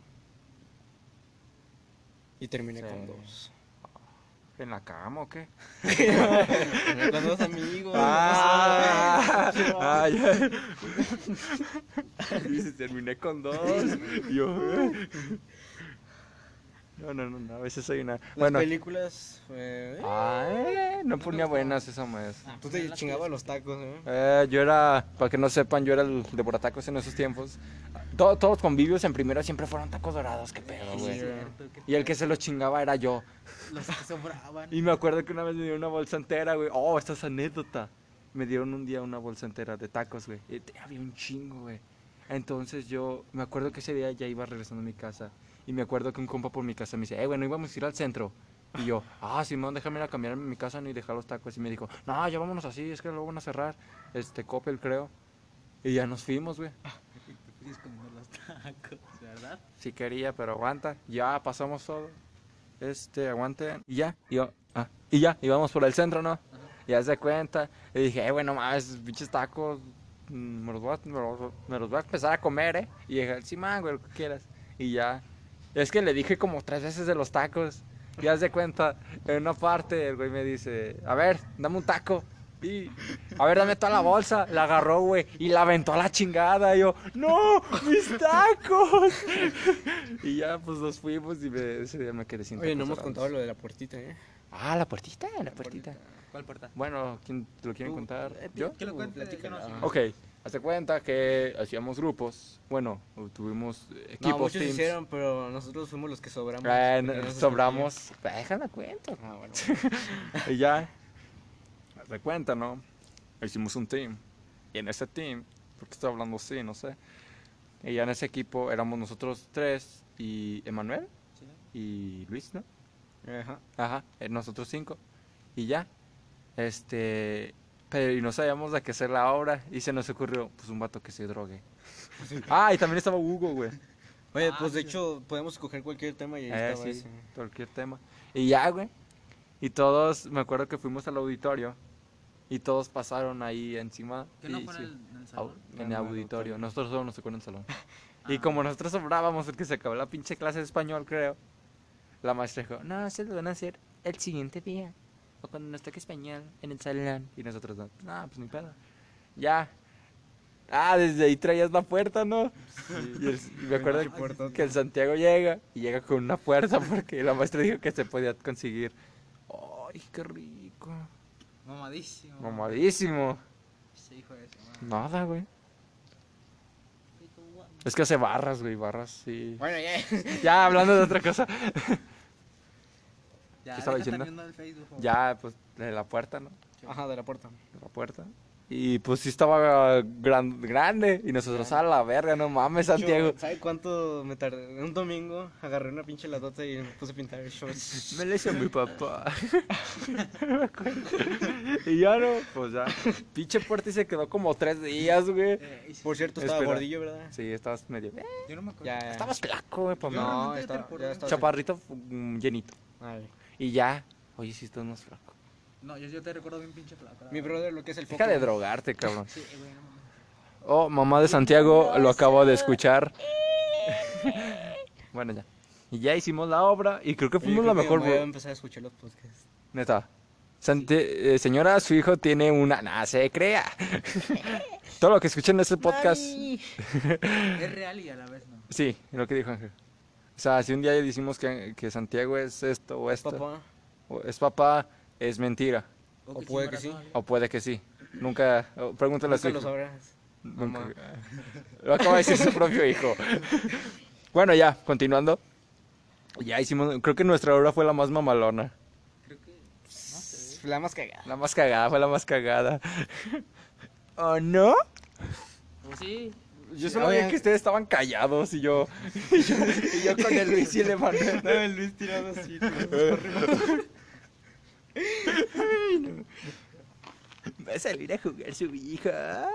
Speaker 3: Y terminé
Speaker 1: Sí.
Speaker 3: con dos.
Speaker 1: cosa? ¿En la cama o qué?
Speaker 3: Terminé con dos amigos.
Speaker 1: Ah, ah, ya. Dice, terminé con dos. Yo. eh. No, no, no, no, a veces hay una.
Speaker 3: Las
Speaker 1: Bueno. Ah.
Speaker 3: películas. eh,
Speaker 1: Ay, no ponía buenas esa maestra.
Speaker 2: Ah,
Speaker 3: tú
Speaker 2: pues
Speaker 3: te chingabas los tacos, ¿eh?
Speaker 1: Eh, yo era, para que no sepan, yo era el de Boratacos en esos tiempos. To- todos los convivios en primero siempre fueron tacos dorados, qué pedo, güey.
Speaker 2: Cierto, que
Speaker 1: Y el que se los chingaba era yo.
Speaker 2: los que sobraban.
Speaker 1: Y me acuerdo que una vez me dieron una bolsa entera, güey. Oh, esta es anécdota. Me dieron un día una bolsa entera de tacos, güey. Y te- había un chingo, güey. Entonces yo me acuerdo que ese día ya iba regresando a mi casa. Y me acuerdo que un compa por mi casa me dice, eh, bueno, íbamos a ir al centro. Y yo, ah, Simón, déjame ir a cambiar en mi casa ni dejar los tacos. Y me dijo, no, ya vámonos así, es que luego van a cerrar. Este, Coppel, creo. Y ya nos fuimos, güey.
Speaker 2: Quieres comer los tacos, ¿verdad?
Speaker 1: Si quería, pero aguanta. Ya pasamos todo. Este, aguante. Y ya, y, yo- ah, y ya, íbamos por el centro, ¿no? Ya se cuenta. Y dije, eh, bueno, más, pinches tacos. mm, Me los, voy a, me, los, me los voy a empezar a comer, ¿eh? Y dije, sí, man, güey, lo que quieras. Y ya. Es que le dije como tres veces de los tacos. Y haz de cuenta, en una parte el güey me dice, a ver, dame un taco. Y, a ver, dame toda la bolsa. La agarró, güey, y la aventó a la chingada. Y yo, no, mis tacos. y ya, pues nos fuimos y me, ese día me quedé sin
Speaker 3: Oye, no
Speaker 1: tacos
Speaker 3: hemos
Speaker 1: dorados.
Speaker 3: contado lo de la puertita, ¿eh?
Speaker 1: Ah, la puertita, la, puertita.
Speaker 2: ¿Cuál puerta?
Speaker 1: Bueno, ¿quién lo quieren
Speaker 3: Tú,
Speaker 1: contar?
Speaker 3: eh,
Speaker 1: ¿Yo?
Speaker 2: Que lo
Speaker 3: Tú,
Speaker 2: cuente,
Speaker 3: platícalo.
Speaker 2: yo no sé.
Speaker 1: Ok, hace cuenta que hacíamos grupos. Bueno, o tuvimos eh,
Speaker 3: No,
Speaker 1: equipos,
Speaker 3: muchos
Speaker 1: teams.
Speaker 3: hicieron, pero nosotros fuimos los que sobramos.
Speaker 1: Eh,
Speaker 3: porque no se
Speaker 1: sobramos. Pues, Déjala cuento.
Speaker 3: escogía. Ah, bueno.
Speaker 1: Y ya. Haz de cuenta, ¿no? hicimos un team. Y en ese team, porque estoy hablando así, no sé. Y ya en ese equipo éramos nosotros tres y Emanuel y Luis, ¿no?
Speaker 3: Ajá.
Speaker 1: Ajá, eh, nosotros cinco. Y ya. Este. Pero y no sabíamos de qué hacer la obra. Y se nos ocurrió, pues un vato que se drogue. Ah, y también estaba Hugo, güey.
Speaker 3: Oye, pues de
Speaker 2: Ah,
Speaker 3: hecho podemos escoger cualquier tema y ahí
Speaker 1: Eh,
Speaker 3: estaba
Speaker 1: sí,
Speaker 3: ese.
Speaker 1: cualquier tema. Y ya, güey. Y todos, me acuerdo que fuimos al auditorio. Y todos pasaron ahí encima.
Speaker 2: Que no
Speaker 1: y
Speaker 2: fuera
Speaker 1: sí,
Speaker 2: el- en el
Speaker 1: au-
Speaker 2: salón.
Speaker 1: en el
Speaker 3: Ah, no,
Speaker 1: auditorio.
Speaker 3: auditorio.
Speaker 1: Nosotros solo nos tocó en el salón. Y
Speaker 2: Ah.
Speaker 1: como nosotros sobrábamos porque se acabó la pinche clase de español, creo. La maestra dijo, no, se lo van a hacer el siguiente día. O cuando nos toque español en el salón. Y nosotros, no, "Ah, pues ni pedo. Ya. Ah, desde ahí traías la puerta, ¿no? Y, el- y me acuerdo
Speaker 3: Pinche puertota.
Speaker 1: que el Santiago llega y llega con una puerta porque la maestra dijo que se podía conseguir. ¡Ay, qué rico!
Speaker 2: Mamadísimo.
Speaker 1: Mamadísimo.
Speaker 2: Sí, hijo de su madre.
Speaker 1: Nada, güey. Es que hace barras, güey, barras, sí.
Speaker 3: Bueno, ya.
Speaker 1: Ya, hablando de otra cosa.
Speaker 2: Ya,
Speaker 1: ¿Qué estaba
Speaker 2: deja estar
Speaker 1: diciendo?
Speaker 2: viendo el Facebook, güey.
Speaker 1: Ya, pues, de la puerta, ¿no?
Speaker 3: Ajá, de la puerta.
Speaker 1: De la puerta. Y pues sí estaba gran- grande. Y nosotros a la verga, no mames, Santiago.
Speaker 3: Yo, ¿Sabe cuánto me tardé? Un domingo agarré una pinche ladota y me puse a pintar el shorts.
Speaker 1: Me le hizo mi papá. Me acuerdo. y ya no, pues ya. Pinche puerta y se quedó como tres días, güey.
Speaker 2: Eh, y si-
Speaker 3: Por cierto, estaba
Speaker 1: Espera.
Speaker 3: gordillo, ¿verdad?
Speaker 1: Sí, estabas medio.
Speaker 2: Yo no me acuerdo.
Speaker 3: Ya, ya.
Speaker 1: Estabas flaco, güey, pues, pa' mí.
Speaker 2: No,
Speaker 3: No,
Speaker 2: no te
Speaker 3: estaba,
Speaker 2: recuerdo.
Speaker 3: ya estaba.
Speaker 1: Chaparrito mm, llenito.
Speaker 3: Ay.
Speaker 1: Y ya. Oye, sí, estás más flaco.
Speaker 2: No, yo, yo te recuerdo bien pinche flaco. la
Speaker 3: Mi
Speaker 2: verdad.
Speaker 3: brother, lo que es el foco.
Speaker 1: Deja de drogarte, cabrón.
Speaker 2: Sí, eh, güey, no mames.
Speaker 1: Oh, mamá de Santiago, lo acabo de escuchar. bueno, ya. Y ya hicimos la obra y creo que
Speaker 3: Oye, yo
Speaker 1: fuimos
Speaker 3: creo
Speaker 1: la
Speaker 3: que
Speaker 1: mejor,
Speaker 3: Voy a
Speaker 1: bro.
Speaker 3: empezar a escuchar los podcasts.
Speaker 1: Neta. Santi- eh, señora, su hijo tiene una... Nah, se crea. Todo lo que escuchen en este podcast...
Speaker 2: Es real y a la vez no.
Speaker 1: Sí, lo que dijo Ángel. O sea, si un día decimos que, que Santiago es esto o esto,
Speaker 3: Papá.
Speaker 1: o es papá, es mentira.
Speaker 3: O puede que sí.
Speaker 2: corazón.
Speaker 1: O puede que sí. Nunca... o Pregúntale a su
Speaker 3: Nunca
Speaker 1: hijo.
Speaker 3: lo sabrás.
Speaker 1: Nunca-
Speaker 3: Mamá.
Speaker 1: Lo acaba de decir su propio hijo. Bueno, ya, continuando. Ya hicimos, creo que nuestra obra fue la más mamalona.
Speaker 2: Creo que.
Speaker 3: La más cagada.
Speaker 1: La más cagada, fue la más cagada. ¿O no?
Speaker 2: Pues sí.
Speaker 1: Yo
Speaker 3: Sí,
Speaker 1: solo veía
Speaker 3: oigan.
Speaker 1: que ustedes estaban callados y yo, y yo, y yo con el Luis y el Emanuel.
Speaker 3: No, el Luis tirado así.
Speaker 1: Va a salir a jugar su hija.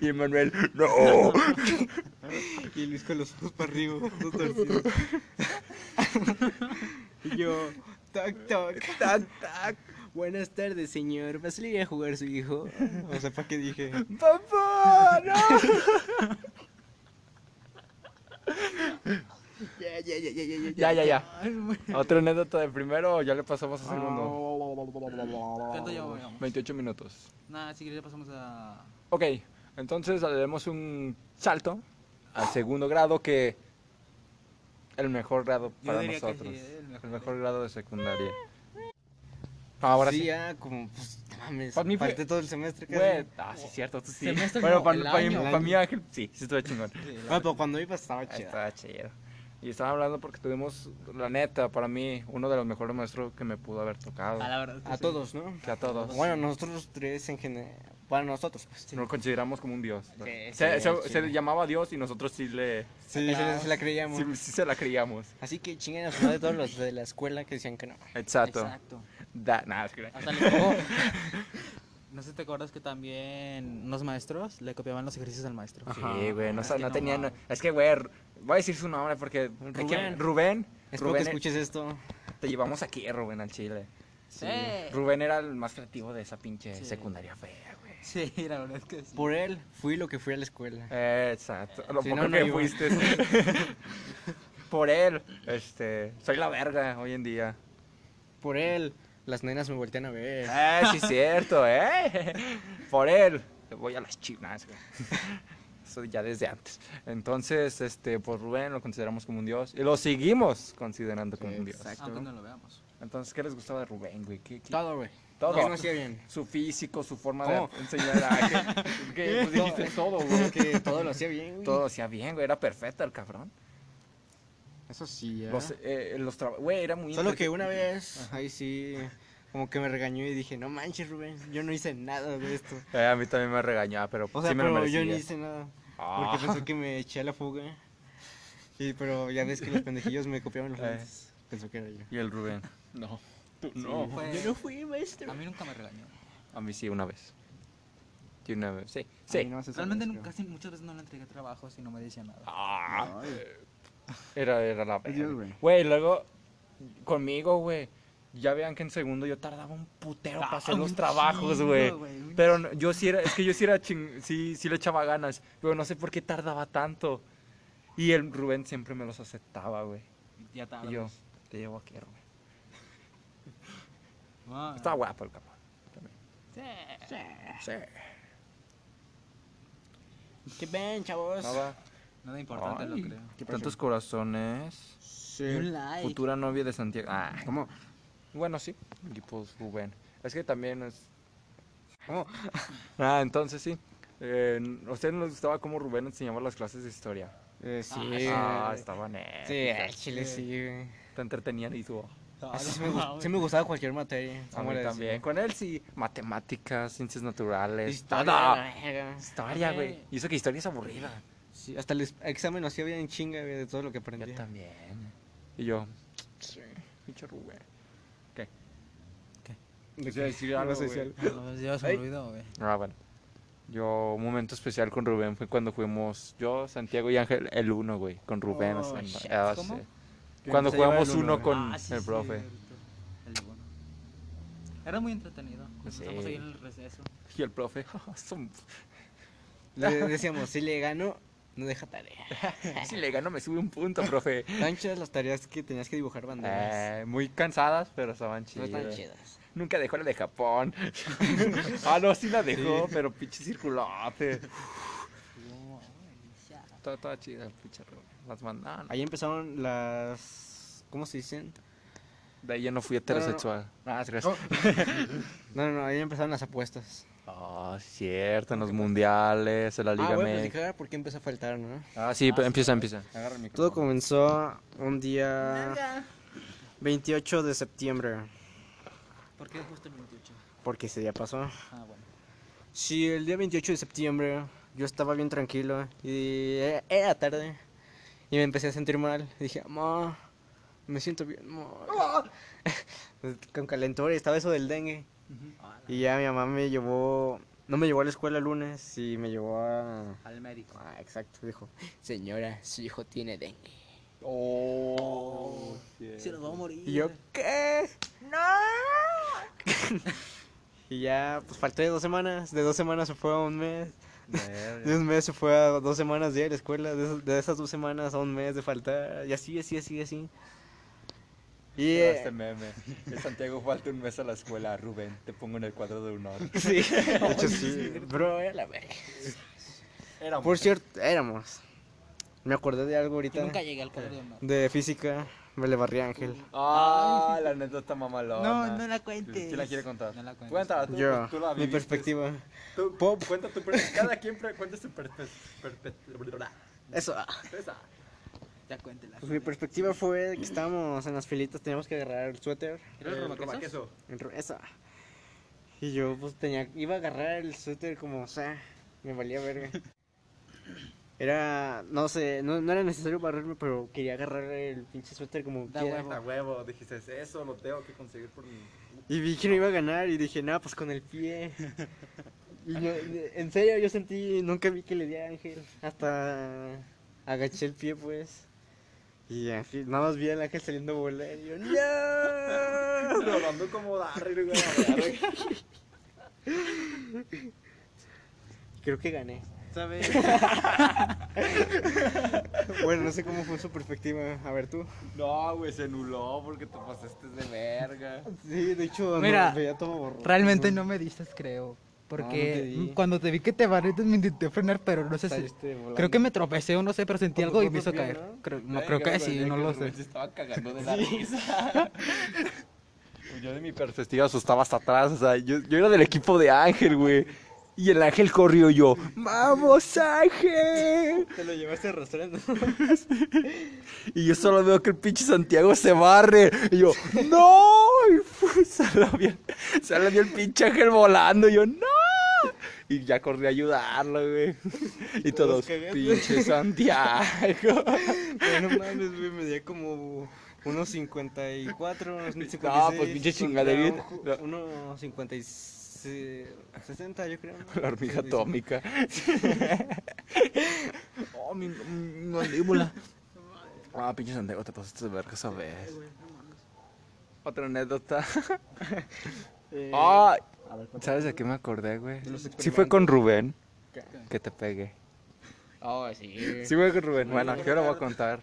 Speaker 1: Y Emanuel, no.
Speaker 3: Y Luis con los ojos para arriba, todo torcido. y yo, toc, toc, toc, toc. Buenas tardes, señor. ¿Va a salir a jugar su hijo? O sea, ¿para qué dije?
Speaker 1: Papá, no.
Speaker 3: Ya, ya, ya, ya, ya.
Speaker 1: Ya, ya, ya. Otra anécdota de primero, o ya le pasamos a segundo.
Speaker 2: ¿Cuánto llevamos? digamos?
Speaker 1: 28 minutos.
Speaker 2: Nada, si quieres ya pasamos a.
Speaker 1: Ok, entonces le demos un salto al segundo grado que el mejor grado
Speaker 2: Yo
Speaker 1: para
Speaker 2: diría que
Speaker 1: nosotros.
Speaker 2: sí, eh, el
Speaker 1: el,
Speaker 2: mejor
Speaker 1: mejor grado de secundaria. Ahora sí.
Speaker 3: ya, como, pues, no mames.
Speaker 1: Pa' mí fue-
Speaker 3: falté todo el semestre. casi.
Speaker 1: Güey, ah, sí, cierto, tú sí.
Speaker 2: Semestre
Speaker 1: Bueno,
Speaker 2: no,
Speaker 1: para,
Speaker 2: el
Speaker 1: mí,
Speaker 2: año. ¿eh?
Speaker 1: pa' mí Ángel, sí, sí estuvo chingón.
Speaker 3: Ah, pero cuando iba estaba
Speaker 1: Ah,
Speaker 3: chida.
Speaker 1: Estaba chido. Y estaban hablando porque tuvimos, la neta, para mí, uno de los mejores maestros que me pudo haber tocado.
Speaker 2: A la verdad. es que
Speaker 3: A
Speaker 2: sí.
Speaker 3: todos, ¿no?
Speaker 1: Que a todos.
Speaker 3: Bueno, nosotros tres en general. Bueno, nosotros, pues.
Speaker 1: Lo consideramos como un dios.
Speaker 3: Sí,
Speaker 1: se,
Speaker 3: sí,
Speaker 1: se-
Speaker 3: al
Speaker 1: se
Speaker 3: chile.
Speaker 1: le llamaba dios y nosotros sí le...
Speaker 3: Sí, se, se la creíamos.
Speaker 1: Sí, sí se la creíamos.
Speaker 3: Así que chinguen a su madre todos los de la escuela que decían que no.
Speaker 1: Exacto.
Speaker 2: Exacto.
Speaker 1: Da- nah, es que-
Speaker 2: Hasta le copió. No sé si te acuerdas que también unos maestros le copiaban los ejercicios al maestro.
Speaker 1: Sí, güey, no,
Speaker 2: Es
Speaker 1: sa-
Speaker 2: que
Speaker 1: no
Speaker 2: no
Speaker 1: tenía...
Speaker 2: mames.
Speaker 1: no- es que, güey, r- voy a decir su nombre porque... hay que-
Speaker 3: Rubén.
Speaker 1: Rubén.
Speaker 3: Espero
Speaker 1: Rubén, eh.
Speaker 3: que escuches esto.
Speaker 1: te llevamos aquí, Rubén, al Chile.
Speaker 2: Sí.
Speaker 1: Rubén era el más creativo de esa pinche
Speaker 2: Sí.
Speaker 1: secundaria fea, güey.
Speaker 2: Sí, la verdad es que sí.
Speaker 3: Por él fui lo que fui a la escuela.
Speaker 1: Exacto. Lo
Speaker 3: Si
Speaker 1: poco
Speaker 3: no, no
Speaker 1: que
Speaker 3: iba.
Speaker 1: fuiste. Por él, este... Soy la verga hoy en día.
Speaker 3: Por él, las nenas me voltean a ver.
Speaker 1: Eh, sí, es cierto, ¿eh? Por él. Le voy a las chinas, güey. Eso ya desde antes. Entonces, este, por Rubén lo consideramos como un dios. Y lo seguimos considerando como un dios.
Speaker 3: exacto.
Speaker 2: Aunque no lo veamos.
Speaker 1: Entonces, ¿qué les gustaba de Rubén, güey? ¿Qué, qué-
Speaker 3: Todo, güey.
Speaker 1: Todo.
Speaker 3: Yo no hacía bien.
Speaker 1: Su físico, su forma
Speaker 3: ¿Cómo?
Speaker 1: de enseñar a... ¿Qué, qué? Pues dijiste todo, güey.
Speaker 3: Como que todo lo hacía bien, güey.
Speaker 1: Todo hacía bien, güey. Era perfecto el cabrón.
Speaker 3: Eso sí, ya.
Speaker 1: Los, eh, los traba- Güey, era muy...
Speaker 3: Solo
Speaker 1: inteligente.
Speaker 3: que una vez, ahí sí, como que me regañó y dije, no manches, Rubén, yo no hice nada de esto.
Speaker 1: Eh, a mí también me regañaba, pero
Speaker 3: O sea,
Speaker 1: sí me lo
Speaker 3: pero
Speaker 1: merecía.
Speaker 3: yo no hice nada.
Speaker 1: Ah.
Speaker 3: Porque pensó que me eché a la fuga. Y, pero ya ves que los pendejillos me copiaban los
Speaker 1: Eh.
Speaker 3: lentes. Pensó que era yo.
Speaker 1: Y el Rubén. No. No.
Speaker 2: Fue-
Speaker 3: fui
Speaker 2: A
Speaker 3: maestro.
Speaker 2: mí nunca me regañó.
Speaker 1: A mí sí, una vez. Y una vez. Sí,
Speaker 3: A
Speaker 1: sí.
Speaker 3: mí no se sabe,
Speaker 2: Realmente
Speaker 3: creo.
Speaker 2: nunca, casi muchas veces no le entregué trabajos y no me decía nada.
Speaker 1: Ah,
Speaker 4: Ay.
Speaker 1: era, era la
Speaker 4: Dios, güey.
Speaker 1: verga. Güey, luego, conmigo, güey. Ya vean que en segundo yo tardaba un putero para hacer
Speaker 2: Ah,
Speaker 1: los
Speaker 2: un
Speaker 1: trabajos,
Speaker 2: chingo,
Speaker 1: güey.
Speaker 2: güey, un
Speaker 1: Pero no- yo sí era, es que yo sí era ching, sí, sí le echaba ganas. Pero no sé por qué tardaba tanto. Y el Rubén siempre me los aceptaba, güey.
Speaker 2: Ya tarde.
Speaker 1: Y yo, te llevo aquí, Rubén.
Speaker 2: Ah,
Speaker 1: Está guapo el cabrón.
Speaker 2: sí.
Speaker 1: Sí.
Speaker 3: ¿Qué ven, chavos?
Speaker 1: Nada.
Speaker 2: Nada importante,
Speaker 1: Ay,
Speaker 2: lo creo.
Speaker 1: Tantos corazones.
Speaker 3: Sí.
Speaker 2: Un like.
Speaker 1: Futura novia de Santiago. Ah,
Speaker 4: ¿Cómo?
Speaker 1: Bueno, sí. Y pues Rubén. Es que también es. ¿Cómo? ah, entonces sí. Eh, ¿A ustedes les gustaba cómo Rubén enseñaba las clases de historia?
Speaker 3: Eh, sí.
Speaker 1: Ah,
Speaker 3: güey.
Speaker 1: estaban eh.
Speaker 3: Sí, al chile sí, güey.
Speaker 1: Te entretenían y tú.
Speaker 2: Ah,
Speaker 3: Así Ah, sí me, gust- sí me gustaba cualquier materia.
Speaker 1: A
Speaker 3: como
Speaker 1: mí
Speaker 3: la de
Speaker 1: también. Con él sí. Matemáticas, ciencias naturales.
Speaker 3: Historia,
Speaker 1: nada.
Speaker 3: la verga.
Speaker 1: Historia,
Speaker 2: Ok.
Speaker 1: güey. Y eso que historia es aburrida.
Speaker 3: Sí, hasta el es- examen hacía bien chinga güey, de todo lo que aprendía.
Speaker 1: Yo también. Y yo. Sí. Pinche Rubén. ¿Qué?
Speaker 3: De
Speaker 4: Quisiera
Speaker 3: que-
Speaker 4: decir algo
Speaker 3: güey.
Speaker 4: social.
Speaker 2: No, ya se me
Speaker 3: Ay.
Speaker 2: olvidó, güey.
Speaker 1: Ah, bueno. Yo, un momento especial con Rubén fue cuando fuimos yo, Santiago y Ángel, el uno, güey, con Rubén.
Speaker 2: Oh,
Speaker 1: o sea,
Speaker 2: shit.
Speaker 1: ah,
Speaker 2: ¿Cómo?
Speaker 1: sí. Cuando
Speaker 3: se lleva
Speaker 1: jugamos
Speaker 3: el uno,
Speaker 1: uno
Speaker 3: güey.
Speaker 1: con
Speaker 2: Ah, sí,
Speaker 1: el
Speaker 2: sí,
Speaker 1: profe.
Speaker 2: cierto. El bono. Era muy entretenido.
Speaker 1: Sí.
Speaker 2: Estamos ahí en el receso.
Speaker 1: Y el profe, oh, son-
Speaker 3: Le decíamos, si le gano, no deja tarea.
Speaker 1: si le gano me sube un punto, profe.
Speaker 3: Tan chidas las tareas que tenías que dibujar banderas.
Speaker 1: Eh, muy cansadas, pero estaban
Speaker 3: no
Speaker 1: chidas.
Speaker 3: están chidas.
Speaker 1: Nunca dejó la de Japón. ah, no, sí la dejó, pero pinche circulote. Toda, toda chida, pinche Rubén. Las mandaban.
Speaker 3: Ahí empezaron las... ¿Cómo se dicen?
Speaker 1: De ahí ya no fui
Speaker 3: no, no.
Speaker 1: heterosexual. Ah, es gracias.
Speaker 3: No, no, no, ahí empezaron las apuestas.
Speaker 1: Ah, cierto, en los mundiales, en la Liga
Speaker 3: ah, voy a
Speaker 1: México.
Speaker 3: platicar por qué empezó a faltar, ¿no?
Speaker 1: Ah, sí, pero empieza, empieza.
Speaker 4: Agarra el
Speaker 3: Todo
Speaker 4: micrófono.
Speaker 3: comenzó un día 28 de septiembre,
Speaker 2: ¿Por qué justo el 28?
Speaker 3: porque ese día pasó.
Speaker 2: Ah, bueno.
Speaker 3: Sí, el día 28 de septiembre yo estaba bien tranquilo y era- era tarde y me empecé a sentir mal. Dije, ma, me siento bien, ma". Con calentura, y estaba eso del dengue. Y ya mi mamá me llevó, no me llevó a la escuela el lunes y me llevó a...
Speaker 2: Al médico.
Speaker 3: Ah, exacto, dijo, señora, su hijo tiene dengue.
Speaker 4: Oh,
Speaker 2: Se nos va a morir.
Speaker 3: Y yo, ¿qué? ¡No! y ya, pues falté de dos semanas. De dos semanas se fue a un mes.
Speaker 1: Ah,
Speaker 3: De un mes se fue a dos semanas de ir a la escuela. De, esas- de esas dos semanas a un mes de faltar. Y así, así, así, así. Y. eh,
Speaker 1: Este meme. De Santiago falta un mes a la escuela, Rubén. Te pongo en el cuadro de honor.
Speaker 3: sí, de hecho sí. Bro, era la verga. Por cierto, éramos. Me acordé de algo
Speaker 2: Y
Speaker 3: ahorita.
Speaker 2: nunca llegué al cuadro de honor.
Speaker 3: De física. Me le barrí a Ángel.
Speaker 1: Ah, la anécdota mamalona.
Speaker 2: la
Speaker 1: ¿Quién la quiere contar?
Speaker 2: No la cuentes.
Speaker 1: Cuéntala tú,
Speaker 3: Yo,
Speaker 1: pues, tú la
Speaker 3: mi
Speaker 1: viviste.
Speaker 3: perspectiva.
Speaker 1: Tú,
Speaker 3: Pop.
Speaker 1: Cuenta tu perspectiva. Cada quien pre- cuenta su perspectiva.
Speaker 3: Eso. ah.
Speaker 2: Ya cuéntela.
Speaker 3: Pues mi perspectiva fue que estábamos en las filitas, teníamos que agarrar el suéter. Eh,
Speaker 2: ¿Eres robaquesos?
Speaker 3: el ro- Esa. Y yo pues tenía, iba a agarrar el suéter como, o sea, me valía verga. Era, no sé, no, no era necesario barrerme, pero quería agarrar el pinche suéter como
Speaker 2: Da
Speaker 3: quiera.
Speaker 2: huevo.
Speaker 1: huevo, dijiste eso, lo tengo que conseguir por mi.
Speaker 3: Y vi que no iba a ganar y dije, nada, pues con el pie. Y yo, en serio, yo sentí, nunca vi que le di a Ángel. Hasta agaché el pie, pues. Y en fin, nada más vi al Ángel saliendo a volar. Y yo, ¡No!
Speaker 1: Rodando como Darryl, güey.
Speaker 3: Creo que gané.
Speaker 2: ¿Sabes?
Speaker 3: Bueno, no sé cómo fue su perspectiva. A ver tú.
Speaker 1: No, güey, se anuló porque te pasaste de verga.
Speaker 3: Sí, de hecho,
Speaker 5: Mira,
Speaker 3: no, veía todo borroso.
Speaker 5: Realmente no me diste, creo. Porque
Speaker 3: Ah,
Speaker 5: mm,
Speaker 3: te di.
Speaker 5: cuando te vi que te barriste me intenté frenar, pero no sé si...
Speaker 3: Saliste volando.
Speaker 5: Creo que me tropecé o no sé, pero sentí
Speaker 3: Con
Speaker 5: algo
Speaker 3: tus
Speaker 5: y me hizo
Speaker 3: propios pies,
Speaker 5: caer.
Speaker 3: ¿no?
Speaker 5: Creo, no creo que sí, no lo sé.
Speaker 1: Se estaba cagando de la risa. Yo de mi perspectiva asustaba hasta atrás, o sea, yo, yo era del equipo de Ángel, güey. Y el ángel corrió y yo, ¡vamos, ángel!
Speaker 3: Te lo llevaste arrastrando.
Speaker 1: Y yo solo veo que el pinche Santiago se barre. Y yo, ¡no! Y fu- sale bien, sale bien el pinche ángel volando. Y yo, ¡no! Y ya corrí a ayudarlo, güey. Y todos,
Speaker 3: Todos cagados.
Speaker 1: pinche Santiago.
Speaker 3: Pero no mames, güey, me di como unos 54, unos 56.
Speaker 1: No, pues, pinche chingaderita.
Speaker 3: contra un ju- Unos 56, 60, yo creo. ¿no?
Speaker 1: La hormiga
Speaker 3: 65.
Speaker 1: atómica. oh, mi, mi mandíbula. Ah, pinche Santiago, te pasaste de verga esa vez. Otra anécdota.
Speaker 3: Eh,
Speaker 1: Ah,
Speaker 3: a ver, cuéntame.
Speaker 1: ¿sabes de qué me acordé, güey?
Speaker 3: De los
Speaker 1: Sí fue
Speaker 3: experimentos.
Speaker 1: con Rubén
Speaker 3: ¿Qué?
Speaker 1: que te pegué.
Speaker 3: Ah, sí.
Speaker 1: Sí fue con Rubén. Bueno,
Speaker 3: bien.
Speaker 1: yo lo voy a contar.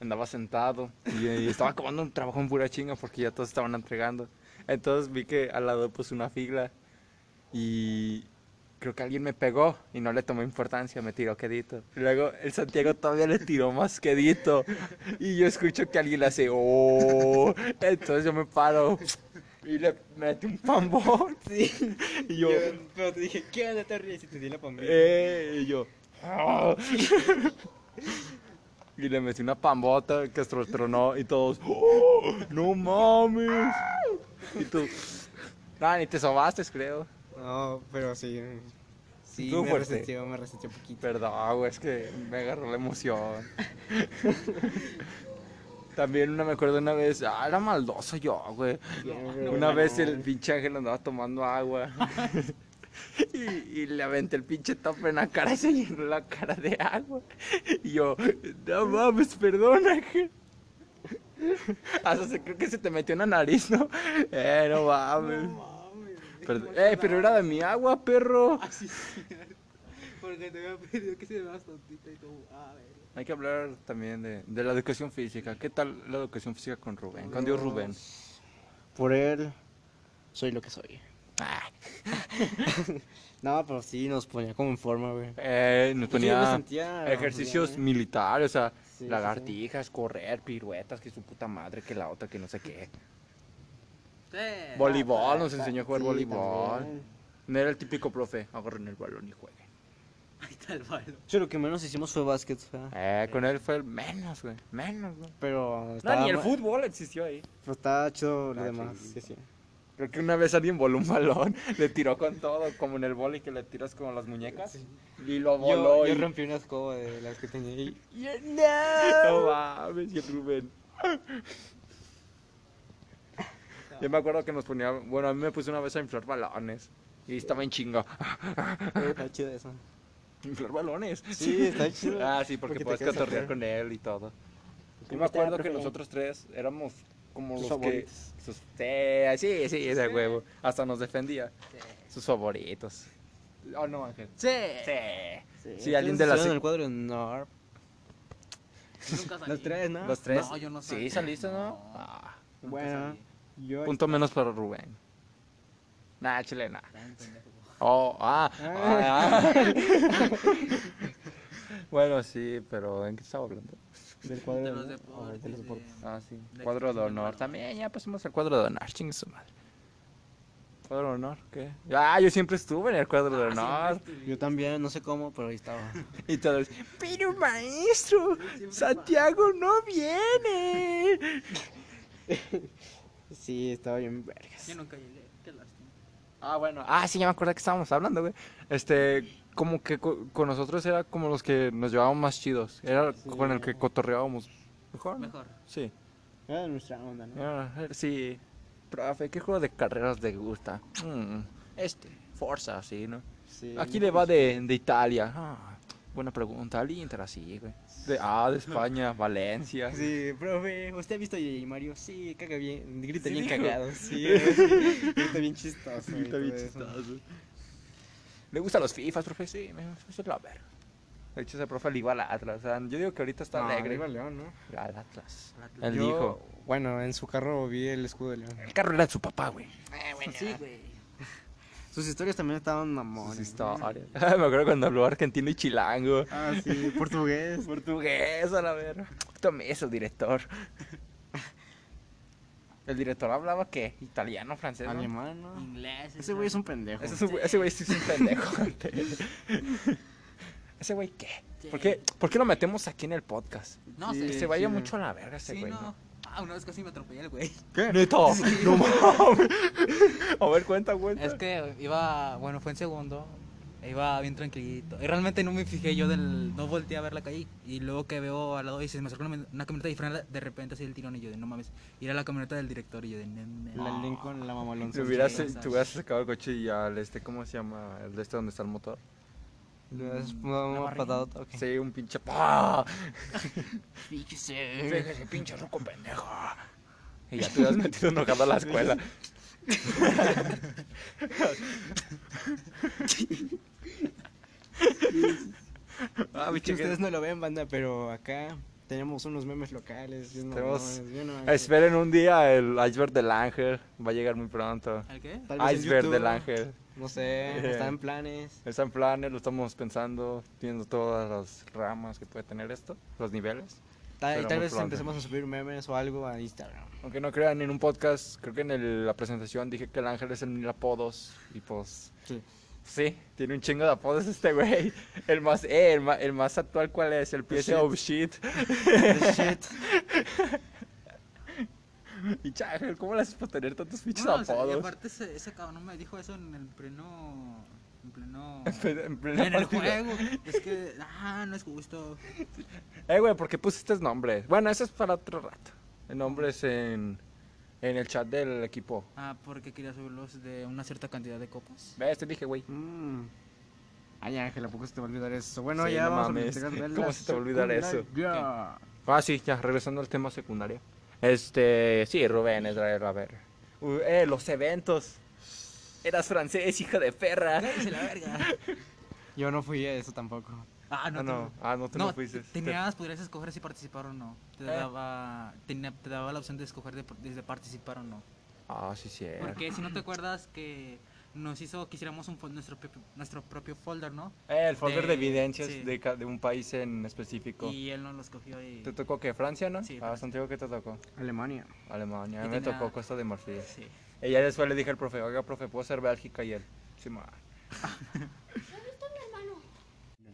Speaker 1: Andaba sentado y, y estaba acabando un trabajo en pura chinga porque ya todos estaban entregando. Entonces vi que al lado puse una fila y creo que alguien me pegó y no le tomó importancia, me tiró quedito. Luego el Santiago todavía le tiró más quedito y yo escucho que alguien le hace ¡Oh! Entonces yo me paro y le metí un pambón
Speaker 3: Sí.
Speaker 1: y
Speaker 3: Yo,
Speaker 1: yo...
Speaker 3: pero te dije, ¿qué onda, Terry? Y te di la pambita.
Speaker 1: ¡Eh! Y yo. "Ah". Y le metí una pambota que estro- tronó y todos. "Oh, ¡No mames! Y tú. No, ni te sobaste, creo.
Speaker 3: No, pero sí. Sí,
Speaker 1: Estuvo
Speaker 3: me
Speaker 1: fuerte.
Speaker 3: resistió, me resistió poquito.
Speaker 1: Perdón, güey, es que me agarró la emoción. También una, me acuerdo una vez, ah, era maldoso yo, güey. Una vez el pinche ángel andaba tomando agua. Y, y le aventé el pinche tope en la cara y se llenó la cara de agua. Y yo, no mames, perdón, ángel. Hasta se, creo que se te metió en la nariz, ¿no? Eh, no mames. Perd- eh, pero era de mi agua, perro.
Speaker 2: Porque te había pedido que se veas tontita y tú, ah, a ver.
Speaker 1: Hay que hablar también de, de la educación física. ¿Qué tal la educación física con Rubén? Con Dios Rubén.
Speaker 3: Por él, soy lo que soy.
Speaker 1: Ah,
Speaker 3: no, pero sí, nos ponía como en forma, güey.
Speaker 1: Eh, nos
Speaker 3: Sí, Pues yo me
Speaker 1: ponía
Speaker 3: sentía
Speaker 1: ejercicios
Speaker 3: bien, ¿eh?
Speaker 1: militares, o sea,
Speaker 3: Sí, sí, Eh,
Speaker 1: lagartijas, correr, piruetas, que su puta madre, que la otra, que no sé qué.
Speaker 2: Sí.
Speaker 1: Voleibol, nos enseñó a jugar
Speaker 3: Sí,
Speaker 1: voleibol.
Speaker 3: también.
Speaker 1: No era el típico profe, agarren el balón y jueguen.
Speaker 2: Ahí está el balón.
Speaker 3: Yo lo que menos hicimos fue básquet, ¿verdad?
Speaker 1: Eh, con él fue el menos, güey, menos, güey.
Speaker 3: pero
Speaker 1: No,
Speaker 3: estaba,
Speaker 1: ni el
Speaker 3: ma-
Speaker 1: fútbol existió ahí.
Speaker 3: pero estaba chido lo
Speaker 1: Ah,
Speaker 3: demás.
Speaker 1: sí,
Speaker 3: Sí, sí.
Speaker 1: Creo que una vez alguien voló un balón, le tiró con todo, como en el vóley que le tiras como las muñecas. Y lo voló
Speaker 3: Yo, yo
Speaker 1: y...
Speaker 3: rompí una escoba de las que tenía ahí.
Speaker 1: No mames, y el Rubén. Yo me acuerdo que nos ponía, bueno, a mí me puse una vez a inflar balones. Y estaba en chinga.
Speaker 3: Eh, Está chido eso.
Speaker 1: Inflar balones.
Speaker 3: Sí, está chido.
Speaker 1: Ah, sí, porque,
Speaker 3: Porque te
Speaker 1: puedes
Speaker 3: quedas
Speaker 1: catorrear
Speaker 3: afuera.
Speaker 1: con él y todo. Yo
Speaker 3: ¿Cómo
Speaker 1: me
Speaker 3: te va,
Speaker 1: acuerdo que
Speaker 3: profe?
Speaker 1: nosotros tres éramos como
Speaker 3: Sus
Speaker 1: los
Speaker 3: favoritos.
Speaker 1: que. Sus, sí, sí, sí, ese huevo. Hasta nos defendía. Sus favoritos. Oh, no, Ángel.
Speaker 2: Sí.
Speaker 1: Sí. Sí,
Speaker 3: ¿Ustedes
Speaker 1: alguien de la
Speaker 3: estuvieron en
Speaker 1: sec-
Speaker 3: el cuadro? No.
Speaker 2: Nunca salí.
Speaker 3: Los tres, ¿no?
Speaker 1: Los tres.
Speaker 2: No, yo no
Speaker 1: Sí,
Speaker 2: salí.
Speaker 1: saliste, ¿no?
Speaker 2: No.
Speaker 1: Ah.
Speaker 2: Nunca
Speaker 3: Bueno,
Speaker 2: salí.
Speaker 3: yo.
Speaker 1: Punto menos para Rubén. Nah, chilena.
Speaker 2: Tan pendejo.
Speaker 1: Oh, ah. ah, ah. bueno, sí, pero ¿en qué estaba hablando?
Speaker 3: Del cuadro
Speaker 2: De los
Speaker 3: ¿no? Ah,
Speaker 2: deportes.
Speaker 3: de los deportes.
Speaker 2: de-
Speaker 1: Ah, sí.
Speaker 2: De
Speaker 1: Cuadro de
Speaker 2: expresión
Speaker 1: honor.
Speaker 2: verbal.
Speaker 1: También ya pasamos al cuadro de honor. Chingue su madre. ¿Cuadro de honor? ¿Qué? Ah, yo siempre estuve en el cuadro de honor.
Speaker 3: Yo también, no sé cómo, pero ahí estaba.
Speaker 1: Y todos, pero maestro, Santiago no viene.
Speaker 3: Sí, estaba bien vergas.
Speaker 2: Yo nunca llegué. Qué lástima.
Speaker 1: Ah, bueno. Ah, sí, ya me acuerdo que estábamos hablando, güey. Este, como que co- con nosotros era como los que nos llevábamos más chidos. Era con el que cotorreábamos. Mejor. ¿no?
Speaker 2: Mejor.
Speaker 1: Sí.
Speaker 3: Era nuestra onda, ¿no?
Speaker 1: Ah, sí. Profe, ¿qué juego de carreras te gusta? Mm, este, Forza, sí, ¿no?
Speaker 3: Sí.
Speaker 1: ¿A quién le va de, de Italia? Ah, buena pregunta. Al Inter, así, güey. De, ah, de España, Valencia.
Speaker 3: Sí, profe, ¿usted ha visto a Yeye Mario? Sí, caga bien, grita
Speaker 1: Sí,
Speaker 3: bien
Speaker 1: dijo.
Speaker 3: cagado, sí, sí, grita bien chistoso. y todo eso.
Speaker 1: ¿Le gustan los FIFAs, profe? Sí, me gusta la verga. De hecho, ese profe le iba al Atlas. O sea, yo digo que ahorita está
Speaker 3: No,
Speaker 1: alegre.
Speaker 3: arriba León, ¿no?
Speaker 1: Al Atlas.
Speaker 2: Al Atlas.
Speaker 1: Él
Speaker 3: Yo,
Speaker 1: dijo.
Speaker 3: Bueno, en su carro vi el escudo de León.
Speaker 1: El carro era de su papá, güey.
Speaker 2: Sí, güey.
Speaker 3: Sus historias también estaban mamones.
Speaker 1: Sus historias. Me acuerdo cuando habló argentino y chilango.
Speaker 3: Ah, sí, Pues portugués.
Speaker 1: Portugués, a la verga. Tome eso, director. El director hablaba que italiano, francés. ¿no?
Speaker 3: Alemán, ¿no?
Speaker 2: Inglés.
Speaker 3: Ese güey es un pendejo.
Speaker 1: Ese, su- ese güey sí es un pendejo. ese güey, ¿qué? ¿Por, qué? por qué lo metemos aquí en el podcast?
Speaker 2: No
Speaker 1: Que
Speaker 2: sé.
Speaker 1: se vaya
Speaker 3: sí,
Speaker 1: mucho a la verga ese
Speaker 2: Sí,
Speaker 1: güey.
Speaker 2: no. Ah, una vez casi me atropellé el güey.
Speaker 1: ¿Qué? Neto. No mames. A ver, cuenta, cuenta.
Speaker 2: Es que iba, bueno, fue en segundo, e iba bien tranquilito. Y realmente no me fijé yo del, no volteé a ver la calle. Y luego que veo al lado y se me acerca una, una camioneta y frena de repente así el tirón y yo de, no mames. Y era la camioneta del director y yo de, no mames.
Speaker 3: La Lincoln, la mamalón.
Speaker 1: Si hubieras,
Speaker 2: sí, o sea.
Speaker 1: tú hubieras sacado el coche y al este, ¿cómo se llama? El de este donde está el motor.
Speaker 3: Le das
Speaker 2: una
Speaker 3: una
Speaker 2: barriga.
Speaker 3: patadota. ok.
Speaker 1: Sí, un pinche. ¡Pah!
Speaker 2: Fíjese.
Speaker 1: Fíjese, pinche ruco pendejo. Y ya te hubieras metido enojado a la escuela. ah, mi
Speaker 3: Que
Speaker 1: chica.
Speaker 3: ustedes no lo ven, banda, pero acá tenemos unos memes locales. bien
Speaker 1: Tenemos-
Speaker 3: mamones, bien mamones.
Speaker 1: Esperen un día el iceberg del ángel. Va a llegar muy pronto.
Speaker 2: ¿El qué?
Speaker 3: Tal vez en
Speaker 1: iceberg
Speaker 3: YouTube,
Speaker 1: del ángel.
Speaker 3: No sé,
Speaker 1: Yeah.
Speaker 3: está en planes.
Speaker 1: Está en planes, lo estamos pensando, viendo todas las ramas que puede tener esto, los niveles.
Speaker 3: Tal,
Speaker 1: Pero
Speaker 3: tal
Speaker 1: muy
Speaker 3: vez
Speaker 1: pronto.
Speaker 3: empecemos a subir memes o algo a Instagram.
Speaker 1: Aunque no crean en un podcast, creo que en el- la presentación dije que el ángel es el mil apodos y pues...
Speaker 3: Sí.
Speaker 1: Sí, tiene un chingo de apodos este güey. El más, eh, el ma- el más, actual, ¿cuál es? El piece
Speaker 3: shit.
Speaker 1: of shit.
Speaker 3: Shit.
Speaker 1: Y cha, Ángel, ¿cómo le haces para tener tantos pinches
Speaker 2: Bueno, o sea, y
Speaker 1: apodos?
Speaker 2: aparte ese, ese cabrón me dijo eso en el pleno, en pleno,
Speaker 1: En plena- en plena
Speaker 2: en el
Speaker 1: partida.
Speaker 2: juego. Es que, ah, no es justo.
Speaker 1: Eh, güey, ¿por qué pusiste nombres? Bueno, eso es para otro rato. El nombre es en, en el chat del equipo.
Speaker 2: Ah, porque quería subirlos de una cierta cantidad de copas.
Speaker 1: ¿Ves? Te este dije, güey.
Speaker 3: Mm. Ay, Ángel, ¿a poco se te va a olvidar eso? Bueno,
Speaker 1: Sí,
Speaker 3: ya
Speaker 1: no
Speaker 3: vamos
Speaker 1: mames.
Speaker 3: a platicar de
Speaker 1: ¿Cómo
Speaker 3: la
Speaker 1: se te va a olvidar eso?
Speaker 3: secundaria.
Speaker 1: Ah, sí, ya, regresando al tema secundario. Este, sí, Rubén, es la- a ver. Uh, eh, los eventos. Eras francés, hija de perra.
Speaker 2: Cállese la verga.
Speaker 3: Yo no fui a eso tampoco.
Speaker 2: Ah, no,
Speaker 1: Ah,
Speaker 2: tú
Speaker 1: no. Ah, no, tú no fuiste.
Speaker 2: Tenías, podrías escoger si participar o no. Te
Speaker 1: Eh.
Speaker 2: daba, tenía- te daba la opción de escoger de, desde participar o no.
Speaker 1: Ah, sí, sí. era.
Speaker 2: Porque si no te acuerdas que nos hizo que hiciéramos un fol- nuestro, propio- nuestro propio folder, ¿no?
Speaker 1: Eh, el folder de,
Speaker 2: de-
Speaker 1: evidencias
Speaker 2: sí.
Speaker 1: de, ca- de un país en específico.
Speaker 2: Y él no lo escogió y...
Speaker 1: ¿Te tocó qué? ¿Francia, no?
Speaker 2: Sí,
Speaker 1: ah,
Speaker 2: Francia.
Speaker 1: Santiago, ¿qué te tocó?
Speaker 3: Alemania.
Speaker 1: Alemania. A mí
Speaker 2: Y
Speaker 1: me
Speaker 2: tenía-
Speaker 1: tocó Costa de Marfil.
Speaker 2: Sí.
Speaker 1: Y ya después le dije al profe, oiga, profe, ¿puedo ser Bélgica? Y él, sí, ma.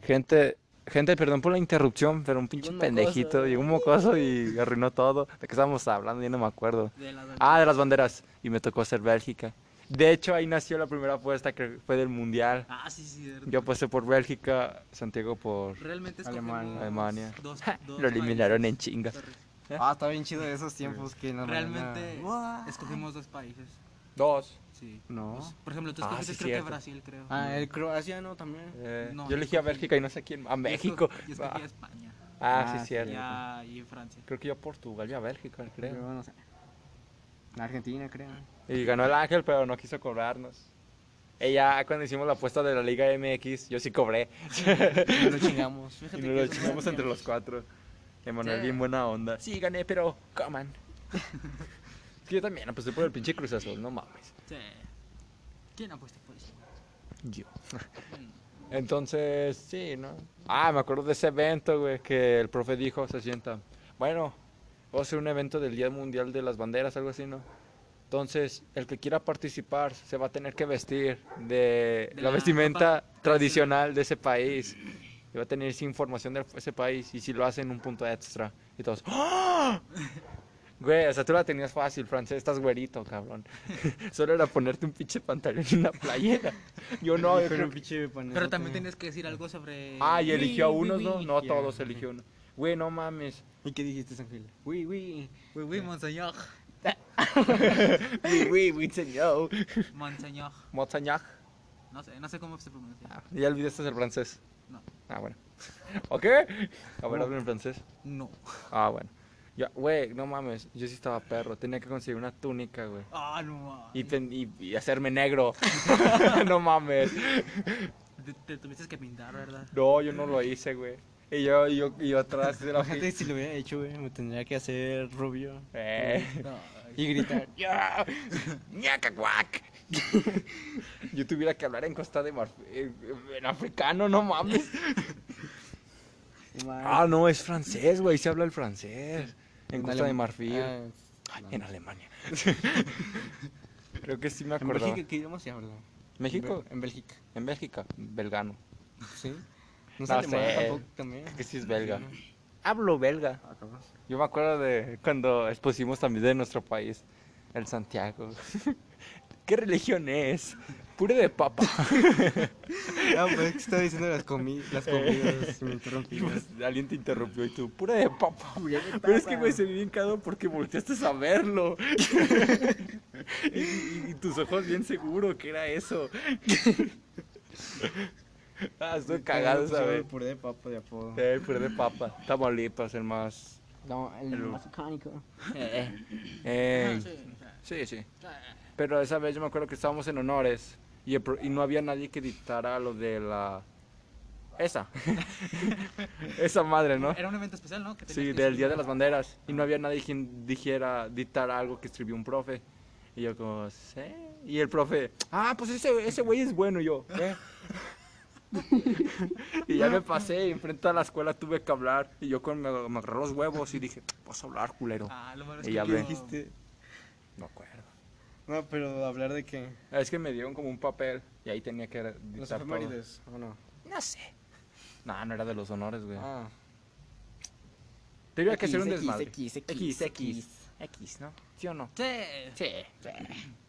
Speaker 1: Gente, gente, perdón por la interrupción, pero un pinche
Speaker 3: un mocoso.
Speaker 2: ¿eh?
Speaker 1: pendejito, llegó un mocoso y arruinó todo. ¿De qué estábamos hablando? Ya no me acuerdo.
Speaker 2: De la-
Speaker 1: Ah, de las banderas. Y me tocó ser Bélgica. De hecho, ahí nació la primera apuesta que fue del Mundial.
Speaker 2: Ah, sí, sí. cierto.
Speaker 1: Yo pues, aposté por Bélgica, Santiago por...
Speaker 2: Realmente escogimos
Speaker 3: Alemania.
Speaker 1: Alemania.
Speaker 2: Dos, dos
Speaker 1: Lo eliminaron en
Speaker 2: países.
Speaker 1: chinga. ¿Eh?
Speaker 3: Ah, está bien chido de esos tiempos que no
Speaker 2: Realmente
Speaker 3: What?
Speaker 2: escogimos dos países.
Speaker 1: Dos.
Speaker 2: Sí. Pues,
Speaker 3: No.
Speaker 2: por ejemplo, tú
Speaker 1: Ah,
Speaker 2: escogiste
Speaker 1: sí,
Speaker 2: creo
Speaker 1: cierto.
Speaker 2: que Brasil, creo.
Speaker 3: Ah, el Croacia no también.
Speaker 1: Eh,
Speaker 2: No,
Speaker 1: yo
Speaker 2: yo
Speaker 1: elegí a
Speaker 2: escogí-
Speaker 1: Bélgica y no sé quién. A
Speaker 2: Yo
Speaker 1: México.
Speaker 2: escogí- Yo escogí a
Speaker 1: Ah,
Speaker 2: España.
Speaker 1: ah,
Speaker 3: Ah,
Speaker 1: sí,
Speaker 3: sí,
Speaker 1: cierto.
Speaker 2: Ya, y en Francia.
Speaker 1: Creo que yo a Portugal y a Bélgica,
Speaker 3: Yo
Speaker 1: creo.
Speaker 3: no sé. La Argentina, creo.
Speaker 1: Y ganó el Ángel, pero no quiso cobrarnos. Ella, cuando hicimos la apuesta de la Liga MX, yo sí cobré.
Speaker 3: Nos lo chingamos.
Speaker 1: Y nos lo chingamos entre los cuatro. Emanuel,
Speaker 2: Sí.
Speaker 1: bien buena onda. Sí, gané, pero coman. Es que yo también aposté por el pinche Cruz Azul, no mames.
Speaker 2: Sí. ¿Quién apuesta por eso?
Speaker 1: Yo.
Speaker 2: Mm.
Speaker 1: Entonces, sí, ¿no? Ah, me acuerdo de ese evento, güey, que el profe dijo, se sienta. Bueno, va a ser un evento del Día Mundial de las Banderas, algo así, ¿no? Entonces, el que quiera participar se va a tener que vestir de,
Speaker 2: De
Speaker 1: la
Speaker 2: la
Speaker 1: vestimenta
Speaker 2: ropa
Speaker 1: tradicional de ese país. Y va a tener esa información de ese país. Y si lo hacen, un punto extra. Y todos, ¡Ah! Güey, o sea, tú la tenías fácil, francés, estás güerito, cabrón. Solo era ponerte un pinche pantalón y una playera. Yo no, yo creo-
Speaker 2: Pero también tenías que decir algo sobre.
Speaker 1: Ah, y eligió a
Speaker 3: Uy, uy,
Speaker 1: unos, ¿no?
Speaker 3: uy.
Speaker 1: No a
Speaker 3: Ya,
Speaker 1: todos
Speaker 3: ajá.
Speaker 1: eligió uno. Güey, no mames.
Speaker 3: ¿Y qué dijiste, Ángel? Uy, uy.
Speaker 2: Oui, oui, monseñor.
Speaker 1: Güey, güey, güey, señor.
Speaker 2: Monseñor.
Speaker 1: Mozzañac.
Speaker 2: No sé, no sé cómo se pronuncia.
Speaker 1: Ah, ya olvidaste el francés.
Speaker 2: No.
Speaker 1: Ah, bueno. ¿Ok? A ver, hablo en francés.
Speaker 2: No.
Speaker 1: Ah, bueno. Ya, güey, no mames. Yo sí estaba perro. Tenía que conseguir una túnica, güey.
Speaker 2: Ah, no.
Speaker 1: Y, ten- y- y hacerme negro. no mames.
Speaker 2: Te, te tuviste que pintar, ¿verdad?
Speaker 1: No, yo no lo hice, güey. Y yo, y yo, y yo atrás de la
Speaker 3: Fíjate si lo hubiera hecho, güey, me tendría que hacer rubio
Speaker 1: Eh.
Speaker 2: No.
Speaker 3: y gritar.
Speaker 1: Ya. Ñaca, guac. Yo tuviera que hablar en Costa de Marfil, en africano, no mames. Ah, no, es francés, güey, se habla el francés. En Costa de Marfil.
Speaker 3: Ah,
Speaker 1: Ay, en Alemania. Creo que sí me Pues,
Speaker 3: ¿En
Speaker 1: acordaba.
Speaker 3: Bélgica qué idioma se habla? En
Speaker 1: ¿México?
Speaker 3: Bel- En Bélgica.
Speaker 1: En Bélgica, belgano.
Speaker 3: Sí. No,
Speaker 1: sé.
Speaker 3: sé alemán tampoco también.
Speaker 1: Creo que sí es belga. Hablo belga.
Speaker 3: Ah,
Speaker 1: Yo me acuerdo de cuando expusimos también de nuestro país, el Santiago. ¿Qué religión es? Pure de papa.
Speaker 3: Ah, pues es que estaba diciendo las, comi
Speaker 1: Eh.
Speaker 3: las comidas. me interrumpí.
Speaker 1: Y pues, alguien te interrumpió y tú, pura de papa. Pero es que, güey, se me bien cagado porque volteaste a verlo. y, y- y tus ojos bien seguro que era eso. ah, estoy cagado, ¿sabes?
Speaker 3: Puré de papa de apodo.
Speaker 1: Eh, puré de papa. Tamaulipas, el más.
Speaker 3: No, Ah, el
Speaker 1: Pero-
Speaker 3: más icónico.
Speaker 2: Ah,
Speaker 1: Eh, sí, Ah, sí. Pero esa vez yo me acuerdo que estábamos en honores y, el pro- y no había nadie que dictara lo de la. Esa. Esa madre, ¿no?
Speaker 2: Era un evento especial, ¿no? Que tenías
Speaker 1: Sí,
Speaker 2: que
Speaker 1: del Día
Speaker 2: decir-
Speaker 1: de las Banderas. Y no había nadie quien dijera, dictara algo que escribió un profe. Y yo como, sí. Y el profe, ah, pues ese ese güey es bueno. Y yo, ¿qué? y ya me pasé y enfrente a la escuela tuve que hablar. Y yo con, me, me agarré los huevos y dije, vas a hablar, culero.
Speaker 2: Ah, lo malo es
Speaker 1: Y
Speaker 2: que
Speaker 1: ya
Speaker 2: yo-
Speaker 1: ve.
Speaker 3: Dijiste.
Speaker 1: No acuerdo.
Speaker 3: No, pero hablar de qué.
Speaker 1: Es que me dieron como un papel y ahí tenía que
Speaker 4: Los
Speaker 1: dictar todo.
Speaker 4: efemérides, ¿o no?
Speaker 1: No sé. No, no era de los honores, güey.
Speaker 3: Ah.
Speaker 1: Tenía que ser un
Speaker 3: X,
Speaker 1: desmadre.
Speaker 3: X, X,
Speaker 1: X, X,
Speaker 3: X.
Speaker 1: X, ¿no? ¿Sí o no?
Speaker 2: Sí.
Speaker 1: Sí.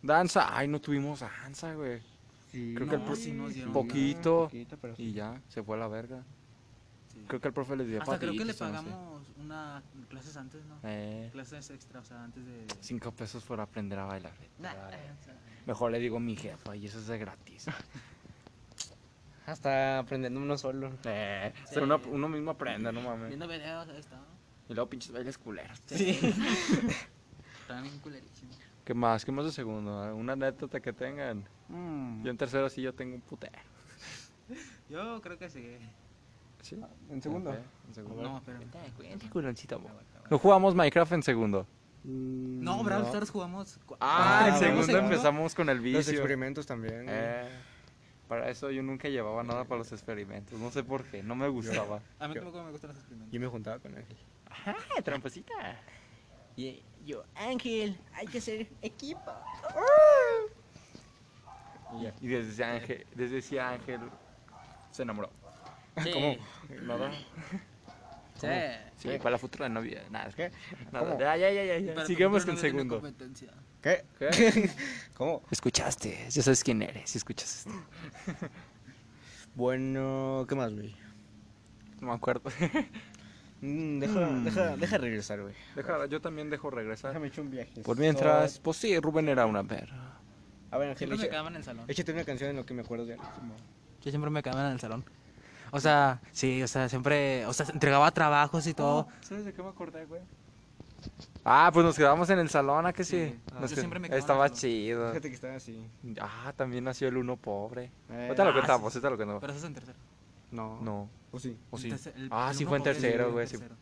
Speaker 1: Danza, ay, no tuvimos danza, güey. Creo que el
Speaker 2: No,
Speaker 1: pro-
Speaker 2: sí nos dieron
Speaker 1: poquito.
Speaker 3: Poquito, pero
Speaker 1: Y ya, se fue a la verga.
Speaker 2: Sí.
Speaker 1: Creo que el profe les dio
Speaker 2: Hasta creo que le
Speaker 1: patitas o no sé.
Speaker 2: pagamos una clases antes, ¿no?
Speaker 1: Eh,
Speaker 2: Clases extra, o sea, antes de...
Speaker 1: cinco pesos por aprender a bailar.
Speaker 2: Nah, o sea,
Speaker 1: Mejor le digo a mi jefa y eso es de gratis.
Speaker 3: Hasta aprendiendo uno solo.
Speaker 1: Eh, o sea,
Speaker 2: Sí.
Speaker 1: uno, uno mismo aprende, no mames.
Speaker 2: Viendo videos, ahí está. ¿no?
Speaker 1: Y luego pinches bailes culeros.
Speaker 2: Están bien culerísimos.
Speaker 1: ¿Qué más? ¿Qué más de segundo? Una anécdota que tengan.
Speaker 3: Mm,
Speaker 1: Yo en tercero sí yo tengo un putero.
Speaker 2: Yo creo que sí.
Speaker 1: ¿Sí?
Speaker 4: ¿En segundo?
Speaker 1: Ok, en segundo.
Speaker 2: No, espérame.
Speaker 1: Vente, culoncito, bo.
Speaker 2: Aguanta, aguanta.
Speaker 1: No jugamos Minecraft en segundo.
Speaker 3: Mm,
Speaker 2: No, Brawl Stars jugamos... cu-
Speaker 1: Ah,
Speaker 3: Ah,
Speaker 1: en
Speaker 3: bueno,
Speaker 1: segundo
Speaker 3: segundo.
Speaker 1: empezamos con el
Speaker 3: Los
Speaker 1: vicio.
Speaker 3: experimentos también. güey.
Speaker 1: Eh, para eso yo nunca llevaba nada para los experimentos. No sé por qué, no me gustaba.
Speaker 2: A mí tampoco me gustan los experimentos.
Speaker 3: Yo me juntaba con Ángel.
Speaker 1: Ah, tramposita.
Speaker 3: Eh, Y yo, Ángel, hay que ser equipo.
Speaker 1: Y desde Ángel, desde ese Ángel se enamoró.
Speaker 3: ¿Cómo?
Speaker 1: ¿Nada?
Speaker 2: Sí.
Speaker 1: Sí, para la futura novia. Nada, es que.
Speaker 3: ¿Qué?
Speaker 1: Nada.
Speaker 3: ¿Cómo?
Speaker 1: Ya, ya, ya, ya,
Speaker 2: Y
Speaker 1: ya.
Speaker 2: para
Speaker 1: Sigamos
Speaker 2: tu
Speaker 1: con
Speaker 2: futuro no tiene
Speaker 1: segundo.
Speaker 2: competencia.
Speaker 3: ¿Qué?
Speaker 1: ¿Qué?
Speaker 3: ¿Cómo?
Speaker 1: Escuchaste, ya sabes quién eres, si escuchas esto.
Speaker 3: Bueno, ¿qué más, güey?
Speaker 1: No me acuerdo.
Speaker 3: Mm, Deja, deja, deja regresar, güey.
Speaker 1: Deja, yo también dejo regresar.
Speaker 3: echar un viaje.
Speaker 1: Por mientras, pues sí, Rubén era una perra.
Speaker 3: A ver, Ángel,
Speaker 2: Siempre me
Speaker 3: echa-
Speaker 2: quedaban en el salón.
Speaker 3: échate una canción en lo que me acuerdo de
Speaker 1: Ah.
Speaker 2: Yo siempre me quedaban en el salón. O sea, sí, o sea, siempre, o sea, entregaba trabajos y todo.
Speaker 1: ¿Sabes de qué me acordé, güey? Ah, pues nos quedábamos en el salón, ¿a que sí?
Speaker 2: Sí.
Speaker 1: Nos
Speaker 2: Yo
Speaker 1: qued-
Speaker 2: siempre me quedaba en el
Speaker 1: Estaba
Speaker 2: salón.
Speaker 1: chido.
Speaker 3: Fíjate que estaba así.
Speaker 1: Ah, también nació el uno pobre.
Speaker 3: Eh,
Speaker 1: Ahorita lo
Speaker 2: ah,
Speaker 1: contamos, ahorita lo contamos.
Speaker 2: Pero eso es en tercero.
Speaker 3: No.
Speaker 1: No,
Speaker 3: ¿O sí?
Speaker 1: o sí.
Speaker 2: Entonces, el-
Speaker 1: Ah,
Speaker 2: el
Speaker 1: sí
Speaker 2: uno
Speaker 1: fue en
Speaker 2: pobre,
Speaker 1: tercero,
Speaker 2: Oh, sí,
Speaker 1: güey. sí.
Speaker 2: tercero.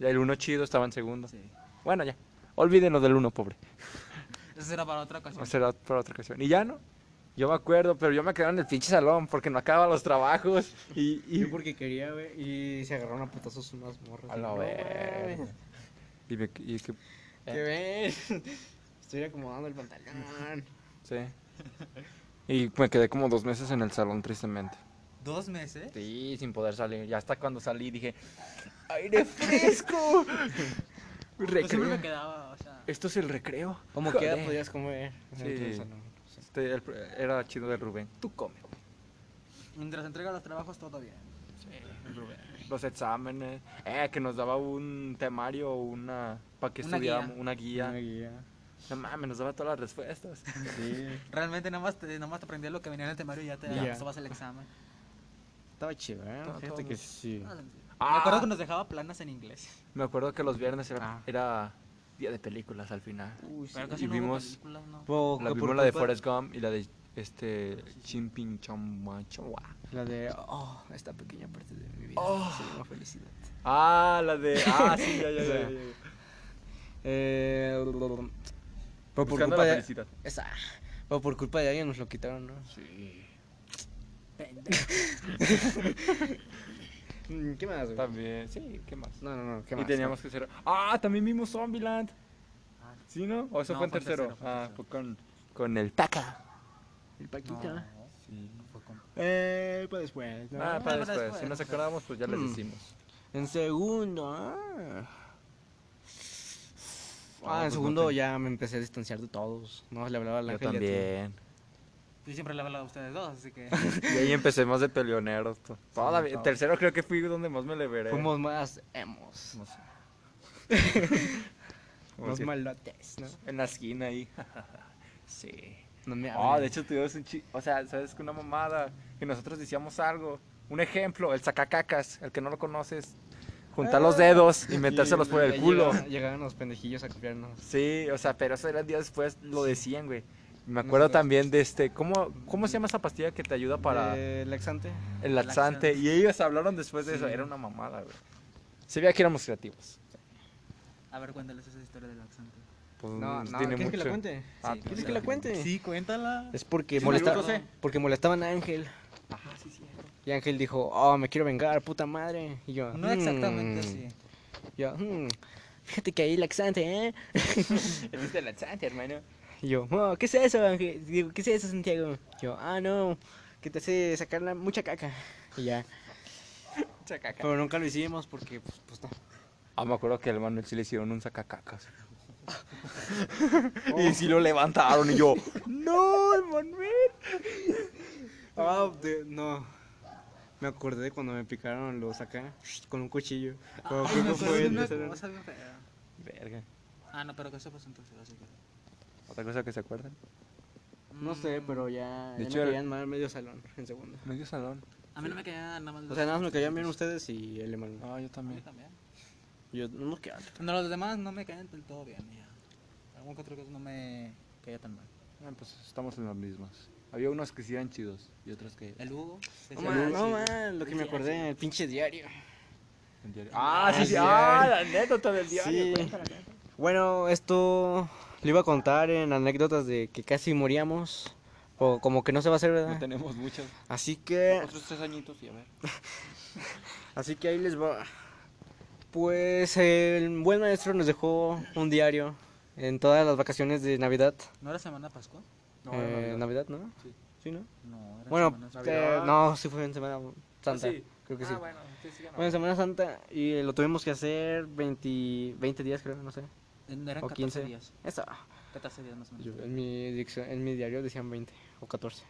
Speaker 1: El uno chido estaba en segundo.
Speaker 2: Sí.
Speaker 1: Bueno, ya. Olvídenlo del uno pobre.
Speaker 2: Eso será para otra ocasión.
Speaker 1: O será para otra ocasión. Y ya no. Yo me acuerdo, pero yo me quedaba en el pinche salón porque no acababa los trabajos. Y. y...
Speaker 3: Yo porque quería, güey, y se agarraron a putazos unas morras.
Speaker 1: A la
Speaker 3: No,
Speaker 1: verga.
Speaker 3: güey.
Speaker 1: Y me- y que-
Speaker 3: ¿Qué ves? Estoy acomodando el pantalón.
Speaker 1: sí. Y me quedé como dos meses en el salón, tristemente.
Speaker 2: Dos meses.
Speaker 1: Sí, sin poder salir. Ya hasta cuando salí dije, aire fresco. Pues
Speaker 2: Yo siempre me
Speaker 1: recreo.
Speaker 2: quedaba, o sea.
Speaker 1: Esto es el recreo.
Speaker 3: Como
Speaker 1: Joder.
Speaker 3: queda podías comer. dentro del
Speaker 1: Sí.
Speaker 3: salón. Sí.
Speaker 1: Este, el pr- era chido de Rubén. Tú come.
Speaker 2: Mientras entrega los trabajos, todo bien.
Speaker 1: Los exámenes. Eh, que nos daba un temario, una... Para que
Speaker 2: Una
Speaker 1: estudiáramos,
Speaker 2: guía.
Speaker 1: una guía.
Speaker 3: Una guía.
Speaker 1: No mames, nos daba todas las respuestas.
Speaker 3: Sí.
Speaker 2: Realmente nada más te, nada más te aprendías lo que venía en el temario y ya te
Speaker 3: Ya.
Speaker 2: pasabas el examen.
Speaker 3: Estaba chido, ¿eh?
Speaker 1: Todo-
Speaker 3: Fíjate
Speaker 1: todo
Speaker 3: que
Speaker 1: nos-
Speaker 3: sí.
Speaker 2: Nada sencillo.
Speaker 1: Ah.
Speaker 2: Me acuerdo que nos dejaba planas en inglés.
Speaker 1: Me acuerdo que los viernes era,
Speaker 3: Ah.
Speaker 1: era día de películas al final.
Speaker 3: Uy, sí. Ah,
Speaker 2: Pero
Speaker 1: Y
Speaker 2: casi no hubo
Speaker 1: vimos-
Speaker 2: películas, ¿no?
Speaker 3: Po-
Speaker 1: La
Speaker 3: que
Speaker 1: vimos
Speaker 3: por
Speaker 1: la de
Speaker 3: culpa-
Speaker 1: Forrest Gump y la de este... Chimpin Chamba Chua.
Speaker 3: La de, oh, esta pequeña parte de mi vida
Speaker 1: Oh.
Speaker 3: se llama felicidad.
Speaker 1: Ah, la de... Ah, sí, ya, ya, ya. ya, ya.
Speaker 3: Eh, pero por
Speaker 1: Buscando
Speaker 3: culpa
Speaker 1: la
Speaker 3: de
Speaker 1: felicidad.
Speaker 3: esa, pero por culpa de alguien nos lo quitaron, ¿no?
Speaker 1: Sí.
Speaker 3: Mm, ¿Qué más? güey?
Speaker 1: También, sí, ¿qué más?
Speaker 3: No, no, no, ¿qué
Speaker 1: y
Speaker 3: más?
Speaker 1: teníamos que hacer... Ah, también vimos Zombieland.
Speaker 2: Ah,
Speaker 1: ¿Sí, no? ¿O eso fue en
Speaker 2: No, fue en
Speaker 1: tercero?
Speaker 2: tercero, fue en
Speaker 1: ah,
Speaker 2: tercero.
Speaker 1: fue con, con el taca.
Speaker 3: El Paquita.
Speaker 2: No,
Speaker 1: Sí.
Speaker 2: fue con-
Speaker 4: Eh, pues después. ¿no?
Speaker 1: Ah, para
Speaker 2: Bueno,
Speaker 1: después.
Speaker 2: después,
Speaker 1: Si nos
Speaker 2: o sea.
Speaker 1: acordamos, pues ya les
Speaker 3: Hmm.
Speaker 1: decimos.
Speaker 3: En segundo. Ah,
Speaker 1: Ah,
Speaker 3: Ah, en
Speaker 1: pues no
Speaker 3: segundo
Speaker 1: te-
Speaker 3: ya me empecé a distanciar de todos. No le hablaba a la
Speaker 1: Yo también.
Speaker 2: Yo siempre le hablaba a ustedes dos, así que.
Speaker 1: Y ahí empecé más de peleonero. to- Todavía. en tercero creo que fui donde más me le veré.
Speaker 3: Fuimos más emos. Más malotes, ¿no?
Speaker 1: En la esquina ahí. sí.
Speaker 3: No me
Speaker 1: Ah,
Speaker 3: hablen.
Speaker 1: de hecho tuvimos un chi... O sea, ¿sabes que Una mamada. Que nosotros decíamos algo. Un ejemplo, el sacacacas. El que no lo conoces. Juntar
Speaker 3: Ah.
Speaker 1: los dedos y metérselos por el
Speaker 3: Ya
Speaker 1: culo.
Speaker 3: llegaba- Llegaban los pendejillos a copiarnos.
Speaker 1: Sí, o sea, pero eso era días después, lo decían, güey. Me acuerdo
Speaker 3: Nosotros-
Speaker 1: también de este, ¿cómo, ¿cómo se llama esa pastilla que te ayuda para
Speaker 3: Eh, laxante.
Speaker 1: el laxante? Y ellos hablaron después de eso, era una mamada, güey. Se veía que éramos creativos.
Speaker 2: A ver, cuéntales esa historia del laxante.
Speaker 1: Pues,
Speaker 3: No, no,
Speaker 1: tiene
Speaker 3: ¿quieres que la
Speaker 1: mucho.
Speaker 3: cuente?
Speaker 1: Ah,
Speaker 2: Sí,
Speaker 3: ¿Quieres que la cuente?
Speaker 5: Sí, cuéntala.
Speaker 3: Es porque
Speaker 1: Sí,
Speaker 3: molestaban.
Speaker 1: yo lo sé.
Speaker 3: Porque molestaban a Ángel. Y Ángel dijo, oh, me quiero vengar, puta madre. Y yo,
Speaker 2: No exactamente
Speaker 3: "Mm".
Speaker 2: así.
Speaker 3: Yo, "Mm, fíjate que ahí laxante, ¿eh?
Speaker 1: el laxante, hermano.
Speaker 3: Y yo, "Oh, ¿qué es eso, Ángel? Digo, ¿qué es eso, Santiago? Yo, ah, no, que te hace sacar la- mucha caca. Y ya. Pero nunca lo hicimos porque, pues, pues no.
Speaker 1: Ah, me acuerdo que al Manuel sí le hicieron un sacacacas. Y sí lo levantaron y yo, no, el Manuel.
Speaker 3: Ah, de- no. Me acordé de cuando me picaron los acá con un cuchillo. Pero creo que fue el tercero.
Speaker 1: Verga.
Speaker 2: Ah, no, pero que eso pasó en tercero, así que.
Speaker 1: Otra cosa que se acuerdan.
Speaker 3: No
Speaker 2: mm,
Speaker 3: sé, pero ya,
Speaker 1: De
Speaker 3: ya
Speaker 1: hecho,
Speaker 3: me
Speaker 1: el-
Speaker 3: caían mal medio salón en segundo.
Speaker 1: Medio salón.
Speaker 2: A mí no me caía nada más.
Speaker 3: O sea, nada más me caían bien
Speaker 2: ustedes.
Speaker 3: ustedes y el Emanuel.
Speaker 1: Ah, yo también.
Speaker 2: también.
Speaker 3: Yo no nos quedaba.
Speaker 2: No, los demás no me caían del todo bien, ya. Algún que otro que no me caía tan mal.
Speaker 1: Ah, pues estamos en las mismas. Había unos que sí eran chidos y otros que...
Speaker 2: El Hugo.
Speaker 3: No,
Speaker 2: ese Hugo,
Speaker 3: man, no,
Speaker 2: sí.
Speaker 3: man, lo que me acordé, el pinche diario.
Speaker 1: en diario. Ah, sí, sí.
Speaker 3: diario.
Speaker 1: Ah, la anécdota del diario. pues,
Speaker 3: Sí.
Speaker 1: cuéntala, cuéntala.
Speaker 3: Bueno, esto lo iba a contar en anécdotas de que casi moríamos. O como que no se va a hacer,
Speaker 1: No
Speaker 3: ¿verdad?
Speaker 1: tenemos muchas.
Speaker 3: Así que,
Speaker 1: Otros tres añitos y a ver.
Speaker 3: así que ahí les va. Pues el buen maestro nos dejó un diario en todas las vacaciones de Navidad.
Speaker 2: ¿No era semana de Pascua?
Speaker 1: No,
Speaker 3: Eh,
Speaker 1: Navidad.
Speaker 3: Navidad, ¿no?
Speaker 1: Sí.
Speaker 3: Sí, ¿no?
Speaker 2: No, era
Speaker 3: Bueno,
Speaker 2: semana de
Speaker 1: Navidad.
Speaker 3: eh, no, sí fue en Semana Santa.
Speaker 1: Ah, sí.
Speaker 3: Creo que
Speaker 1: Ah,
Speaker 3: sí.
Speaker 1: bueno, sí,
Speaker 2: Eh,
Speaker 1: sí, ganó.
Speaker 3: Bueno, en Semana Santa y eh, lo tuvimos que hacer 20, 20 días, creo, no sé.
Speaker 2: Pascua. Eran
Speaker 3: o
Speaker 2: 14
Speaker 3: 15.
Speaker 2: días.
Speaker 3: Eso.
Speaker 2: 14 días más o menos.
Speaker 3: Yo- en, mi diccio- en mi diario decían 20 o 14.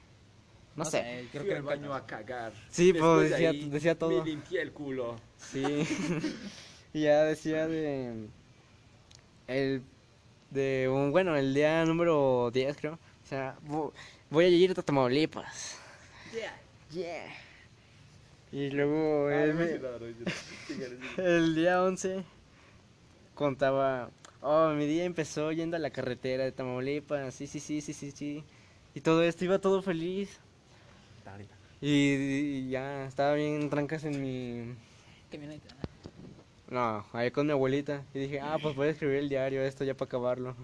Speaker 3: No, sé.
Speaker 2: Eh,
Speaker 1: Creo que el baño a cagar.
Speaker 3: Sí,
Speaker 1: Después
Speaker 3: pues
Speaker 1: de
Speaker 3: decía,
Speaker 1: ahí,
Speaker 3: decía todo.
Speaker 1: Me limpié el culo.
Speaker 3: Sí. y ya decía de. El. De un. Bueno, el día número 10, creo. O sea, vo- voy a ir a Tamaulipas. Yeah. Y luego. él me- El día 11 contaba, oh, mi día empezó yendo a la carretera de Tamaulipas, sí, sí, sí, sí, sí, sí. Y todo esto, iba todo feliz. Y, y ya, estaba bien trancas en mi...
Speaker 2: Camioneta.
Speaker 3: No, ahí con mi abuelita. Y dije, ah, pues voy a escribir el diario, esto ya para acabarlo.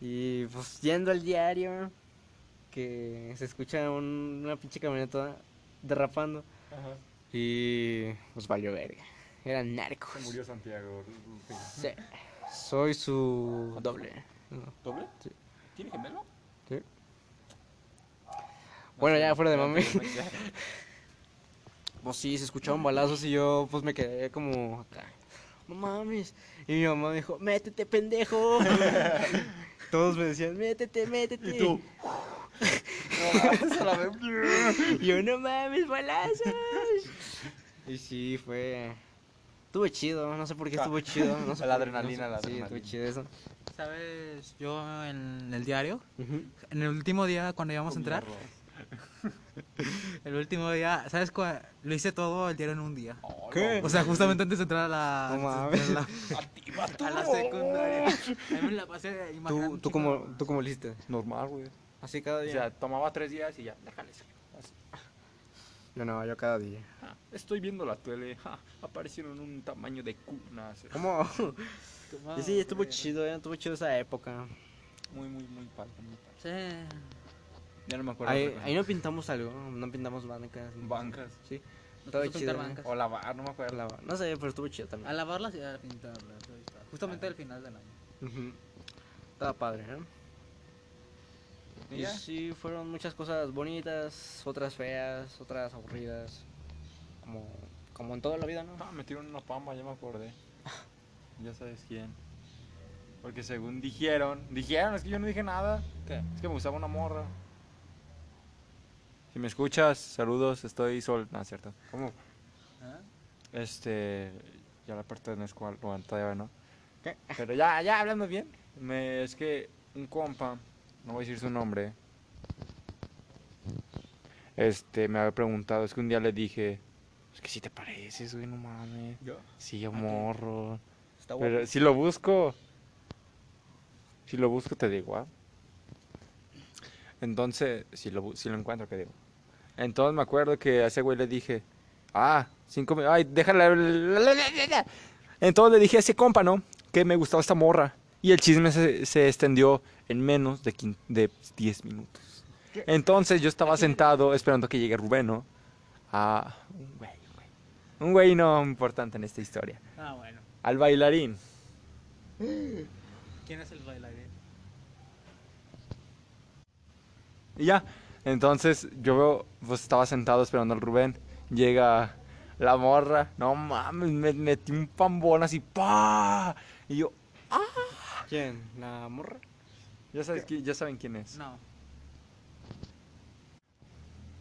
Speaker 3: Y pues yendo al diario, que se escucha un- una pinche camioneta derrapando. Y pues valió verga. Eran narcos.
Speaker 1: Santiago.
Speaker 3: Sí. Soy su doble.
Speaker 1: ¿Doble?
Speaker 3: Sí.
Speaker 1: ¿Tiene gemelo?
Speaker 3: Bueno, ya fuera de mami. Pues sí, se escuchaban balazos y yo pues me quedé como acá. No mames. Y mi mamá me dijo, métete, pendejo. Todos me decían, métete, métete.
Speaker 1: Y tú.
Speaker 3: Y yo, no mames, balazos. Y sí, fue... Estuvo chido, no sé por qué estuvo chido. No sé
Speaker 1: La
Speaker 3: por-
Speaker 1: adrenalina, la
Speaker 3: Sí, estuvo
Speaker 1: adrenalina.
Speaker 3: chido eso.
Speaker 2: ¿Sabes? Yo en el diario, en el último día cuando íbamos a entrar, el último día, ¿sabes cuál? Lo hice todo el diario en un día.
Speaker 3: ¿Qué?
Speaker 2: O sea, justamente antes de entrar a la,
Speaker 3: No
Speaker 2: antes de entrar a la, a la secundaria. A mí me la pasé imaginando
Speaker 3: ¿Tú,
Speaker 2: un
Speaker 3: tú,
Speaker 2: chingo.
Speaker 3: cómo, ¿Tú cómo lo hiciste?
Speaker 1: Normal, güey.
Speaker 3: Así cada
Speaker 1: O
Speaker 3: día.
Speaker 1: sea, tomaba tres días y ya, déjale salir. Así.
Speaker 3: yo no, yo cada día.
Speaker 1: Ah, estoy viendo la tele. ja, aparecieron un tamaño de cuna. así.
Speaker 3: ¿Cómo?
Speaker 2: Tomaba,
Speaker 3: Y sí, estuvo
Speaker 2: güey.
Speaker 3: chido, eh, estuvo chido esa época.
Speaker 1: Muy, muy, muy padre. muy padre.
Speaker 2: Sí.
Speaker 1: Ya no me acuerdo.
Speaker 3: Ahí,
Speaker 1: otra cosa.
Speaker 3: ahí no pintamos algo, no pintamos bancas. ni-
Speaker 1: Bancas.
Speaker 3: Sí,
Speaker 2: Nos pusimos a
Speaker 3: Todo
Speaker 2: pintar
Speaker 3: chido, ¿no?
Speaker 2: bancas.
Speaker 1: O lavar, no me acuerdo.
Speaker 3: la- no sé, pero estuvo chido
Speaker 2: A
Speaker 3: también.
Speaker 2: lavarlas y a pintarlas. ahí está. Justamente al final del año.
Speaker 3: Ujú. Estaba padre, ¿eh?
Speaker 1: ¿Y
Speaker 3: Y
Speaker 1: ya?
Speaker 3: sí, fueron muchas cosas bonitas, otras feas, otras aburridas. Como, como en toda la vida, ¿no?
Speaker 1: Ah, me tiró una pamba, ya me acordé. Ya sabes quién. Porque según dijeron, dijeron, es que yo no dije nada.
Speaker 3: ¿Qué?
Speaker 1: Es que me gustaba una morra. Si me escuchas, saludos, estoy sol. No, es cierto. ¿Cómo?
Speaker 2: ¿Ah?
Speaker 1: Este. Ya la pertenezco al. Bueno, todavía no. Pero ya, ya hablando bien. Me, es que un compa, no voy a decir su nombre. Este, me había preguntado. Es que un día le dije. Es que si te pareces, güey, no mames.
Speaker 4: ¿Yo?
Speaker 1: Sí, yo morro.
Speaker 3: Está guapo.
Speaker 1: Pero si lo busco, si lo busco te digo, ¿ah? Entonces, si lo, bu- si lo encuentro, que digo. Entonces me acuerdo que a ese güey le dije, ah, cinco minutos, ay, déjala. Entonces le dije a ese compa, ¿no? Que me gustaba esta morra. Y el chisme se, se extendió en menos de, quin- de 10 minutos. Entonces yo estaba sentado esperando que llegue Rubén, ¿no? A un güey, un güey. Un güey no importante en esta historia.
Speaker 2: Ah, bueno.
Speaker 1: Al bailarín.
Speaker 2: ¿Quién es el bailarín?
Speaker 1: Y ya. Entonces yo veo, pues estaba sentado esperando al Rubén. Llega la morra. No mames, me metí un pambón así. pa Y yo,
Speaker 3: ¿Quién? ¿La morra?
Speaker 1: ya, sabes, qui- ya saben quién es.
Speaker 2: No.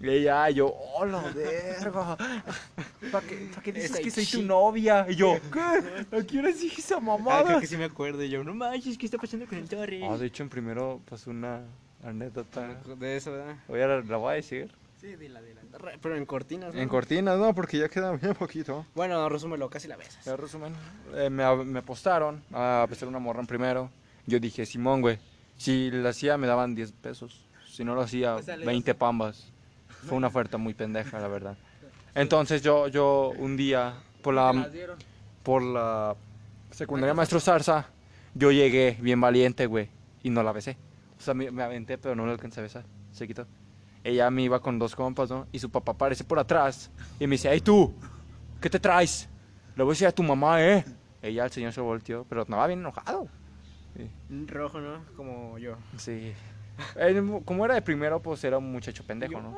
Speaker 1: Y ya, yo, hola, verga. ¿Para qué, pa' qué dices
Speaker 3: Esa
Speaker 1: que soy tu
Speaker 3: chi-
Speaker 1: novia? Y yo, ¿qué? ¿A quién les dije esa
Speaker 3: Ah, creo
Speaker 1: mamada?
Speaker 3: que sí me acuerdo. Y yo, no manches, ¿qué está pasando con el Torre?
Speaker 1: Ah, de hecho, en primero pasó una anécdota.
Speaker 3: Ah, De eso, ¿verdad?
Speaker 1: Voy a, la voy a decir.
Speaker 2: Sí, dila, dila.
Speaker 1: Eh,
Speaker 3: Re- Pero en cortinas. ¿no?
Speaker 1: En cortinas, no, porque ya queda bien poquito.
Speaker 3: Bueno, resúmelo, casi la besas.
Speaker 1: En resumen, eh, me, a- me apostaron a apostar una morra en primero. Yo dije, Simón, güey, si la hacía me daban 10 pesos. Si no lo hacía,
Speaker 2: O sea, le
Speaker 1: 20 pambas. Fue una oferta muy pendeja, la verdad. Entonces yo, yo un día, por
Speaker 2: ¿Te
Speaker 1: la,
Speaker 2: las dieron?
Speaker 1: por la secundaria Maestro Zarza, yo llegué bien valiente, güey, y no la besé. O sea, me, me aventé, pero no la alcancé a besar. Se quitó. Ella me iba con dos compas, ¿no? Y su papá aparece por atrás y me dice, hey tú, ¿qué te traes? Le voy a decir a tu mamá, ¿eh? Ella, el señor se volteó, pero estaba bien enojado.
Speaker 3: Rojo, ¿no? Como yo.
Speaker 1: Sí. Él, como era de primero, pues era un muchacho pendejo, ¿no?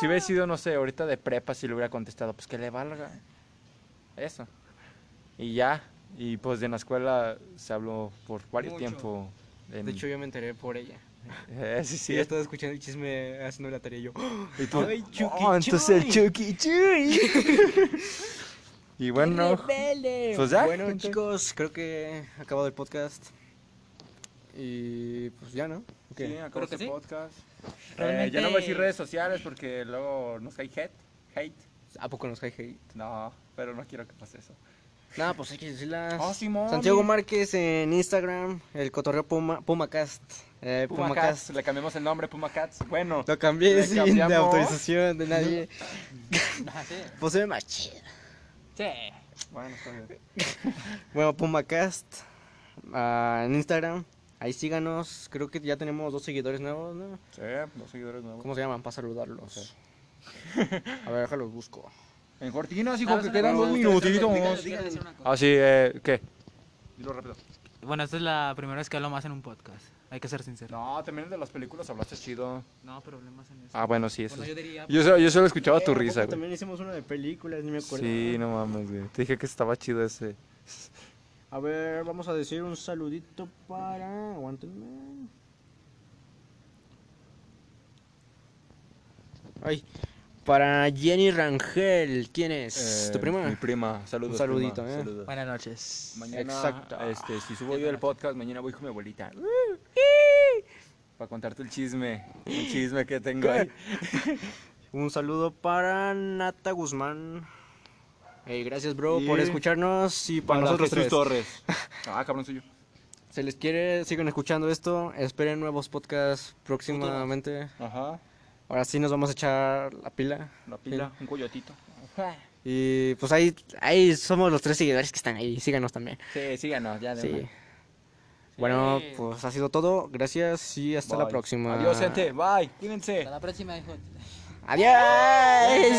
Speaker 1: Si hubiera sido, no sé, ahorita de prepa, si le hubiera contestado, pues que le valga. Eso. Y ya. Y pues de la escuela se habló por varios
Speaker 2: Mucho.
Speaker 1: tiempo. en-
Speaker 3: De hecho, yo me enteré por ella.
Speaker 1: Eh, sí,
Speaker 3: Sí,
Speaker 1: sí.
Speaker 3: yo estaba escuchando el chisme haciendo la tarea y yo.
Speaker 1: Y tú,
Speaker 3: Ay, Chucky
Speaker 1: "Oh, entonces el
Speaker 3: Chuy".
Speaker 1: Chucky Chuy. y bueno, pues ya.
Speaker 3: Bueno,
Speaker 1: gente.
Speaker 3: chicos, creo que ha acabado el podcast. Y pues ya, ¿no? Ok.
Speaker 1: Sí, acabó
Speaker 2: Creo que
Speaker 1: este
Speaker 2: sí.
Speaker 1: podcast. Eh,
Speaker 2: Realmente-
Speaker 1: ya no voy a decir redes sociales porque luego nos cae hate. Hate.
Speaker 3: ¿A poco nos cae hate?
Speaker 1: No, pero no quiero que pase eso.
Speaker 3: Nada, pues hay que decirlas.
Speaker 1: Ah, Simón.
Speaker 3: Santiago Márquez en Instagram, el cotorreo Puma, Pumacast. Eh,
Speaker 1: Puma,
Speaker 3: Pumacast.
Speaker 1: Cats, le cambiamos el nombre, Puma Cats. Bueno,
Speaker 3: Lo cambié
Speaker 1: ¿Le
Speaker 3: sin
Speaker 1: cambiamos?
Speaker 3: de autorización de nadie.
Speaker 2: Ah, sí.
Speaker 3: Pues se ve más chido.
Speaker 2: Sí.
Speaker 1: bueno, está bien.
Speaker 3: Bueno, Pumacast ah, en Instagram. Ahí síganos. Creo que ya tenemos dos seguidores nuevos, ¿no?
Speaker 1: Sí, dos seguidores nuevos.
Speaker 3: ¿Cómo se llaman? Para saludarlos. A ver, déjalos busco.
Speaker 1: En cortinas, hijo,
Speaker 2: ¿Sabes
Speaker 1: que
Speaker 2: una
Speaker 1: quedan
Speaker 2: cosa?
Speaker 1: dos
Speaker 2: Ustedes saben-
Speaker 1: minutitos.
Speaker 2: díganle- díganle hacer una cosa.
Speaker 1: Así, eh, ¿qué? Dilo rápido.
Speaker 2: Ah, Bueno, esta es la primera vez que hablo más en un podcast. Hay que ser sincero.
Speaker 1: No, también el de las películas hablaste chido.
Speaker 2: No, problemas en eso.
Speaker 1: Ah, bueno, sí, eso.
Speaker 2: Bueno, yo diría.
Speaker 1: Yo solo, yo solo escuchaba
Speaker 3: eh,
Speaker 1: tu risa, güey.
Speaker 4: También hicimos uno de películas, ni me acuerdo.
Speaker 1: Sí, no mames, güey. Te dije que estaba chido ese.
Speaker 4: A ver, vamos a decir un saludito para. Aguántenme.
Speaker 3: Ay, para Jenny Rangel. ¿Quién es?
Speaker 1: Eh,
Speaker 3: ¿Tu prima?
Speaker 1: Mi prima, saludos.
Speaker 3: Un saludito,
Speaker 1: prima,
Speaker 3: eh.
Speaker 1: saludos.
Speaker 2: Buenas noches.
Speaker 1: Mañana,
Speaker 3: Exacto.
Speaker 1: este, si subo yo el podcast, mañana voy con mi abuelita. Para contarte el chisme, el chisme que tengo ahí.
Speaker 3: Un saludo para Nata Guzmán. Ey, gracias, bro, por
Speaker 1: Y
Speaker 3: escucharnos y para, nosotros tres.
Speaker 1: Torres. Ah, cabrón soy yo.
Speaker 3: Se les quiere, sigan escuchando esto. Esperen nuevos podcasts próximamente.
Speaker 1: Ajá.
Speaker 3: Ahora sí nos vamos a echar la pila.
Speaker 1: La pila, un coyotito.
Speaker 3: Y pues ahí, ahí somos los tres seguidores que están ahí. Síganos también.
Speaker 1: Sí, síganos, ya de
Speaker 3: Sí.
Speaker 1: una.
Speaker 3: Bueno, pues ha sido todo. Gracias y hasta la
Speaker 1: Bye.
Speaker 3: próxima.
Speaker 1: Adiós, gente. Bye. Cuídense.
Speaker 2: Hasta la próxima, hijo.
Speaker 3: Adiós.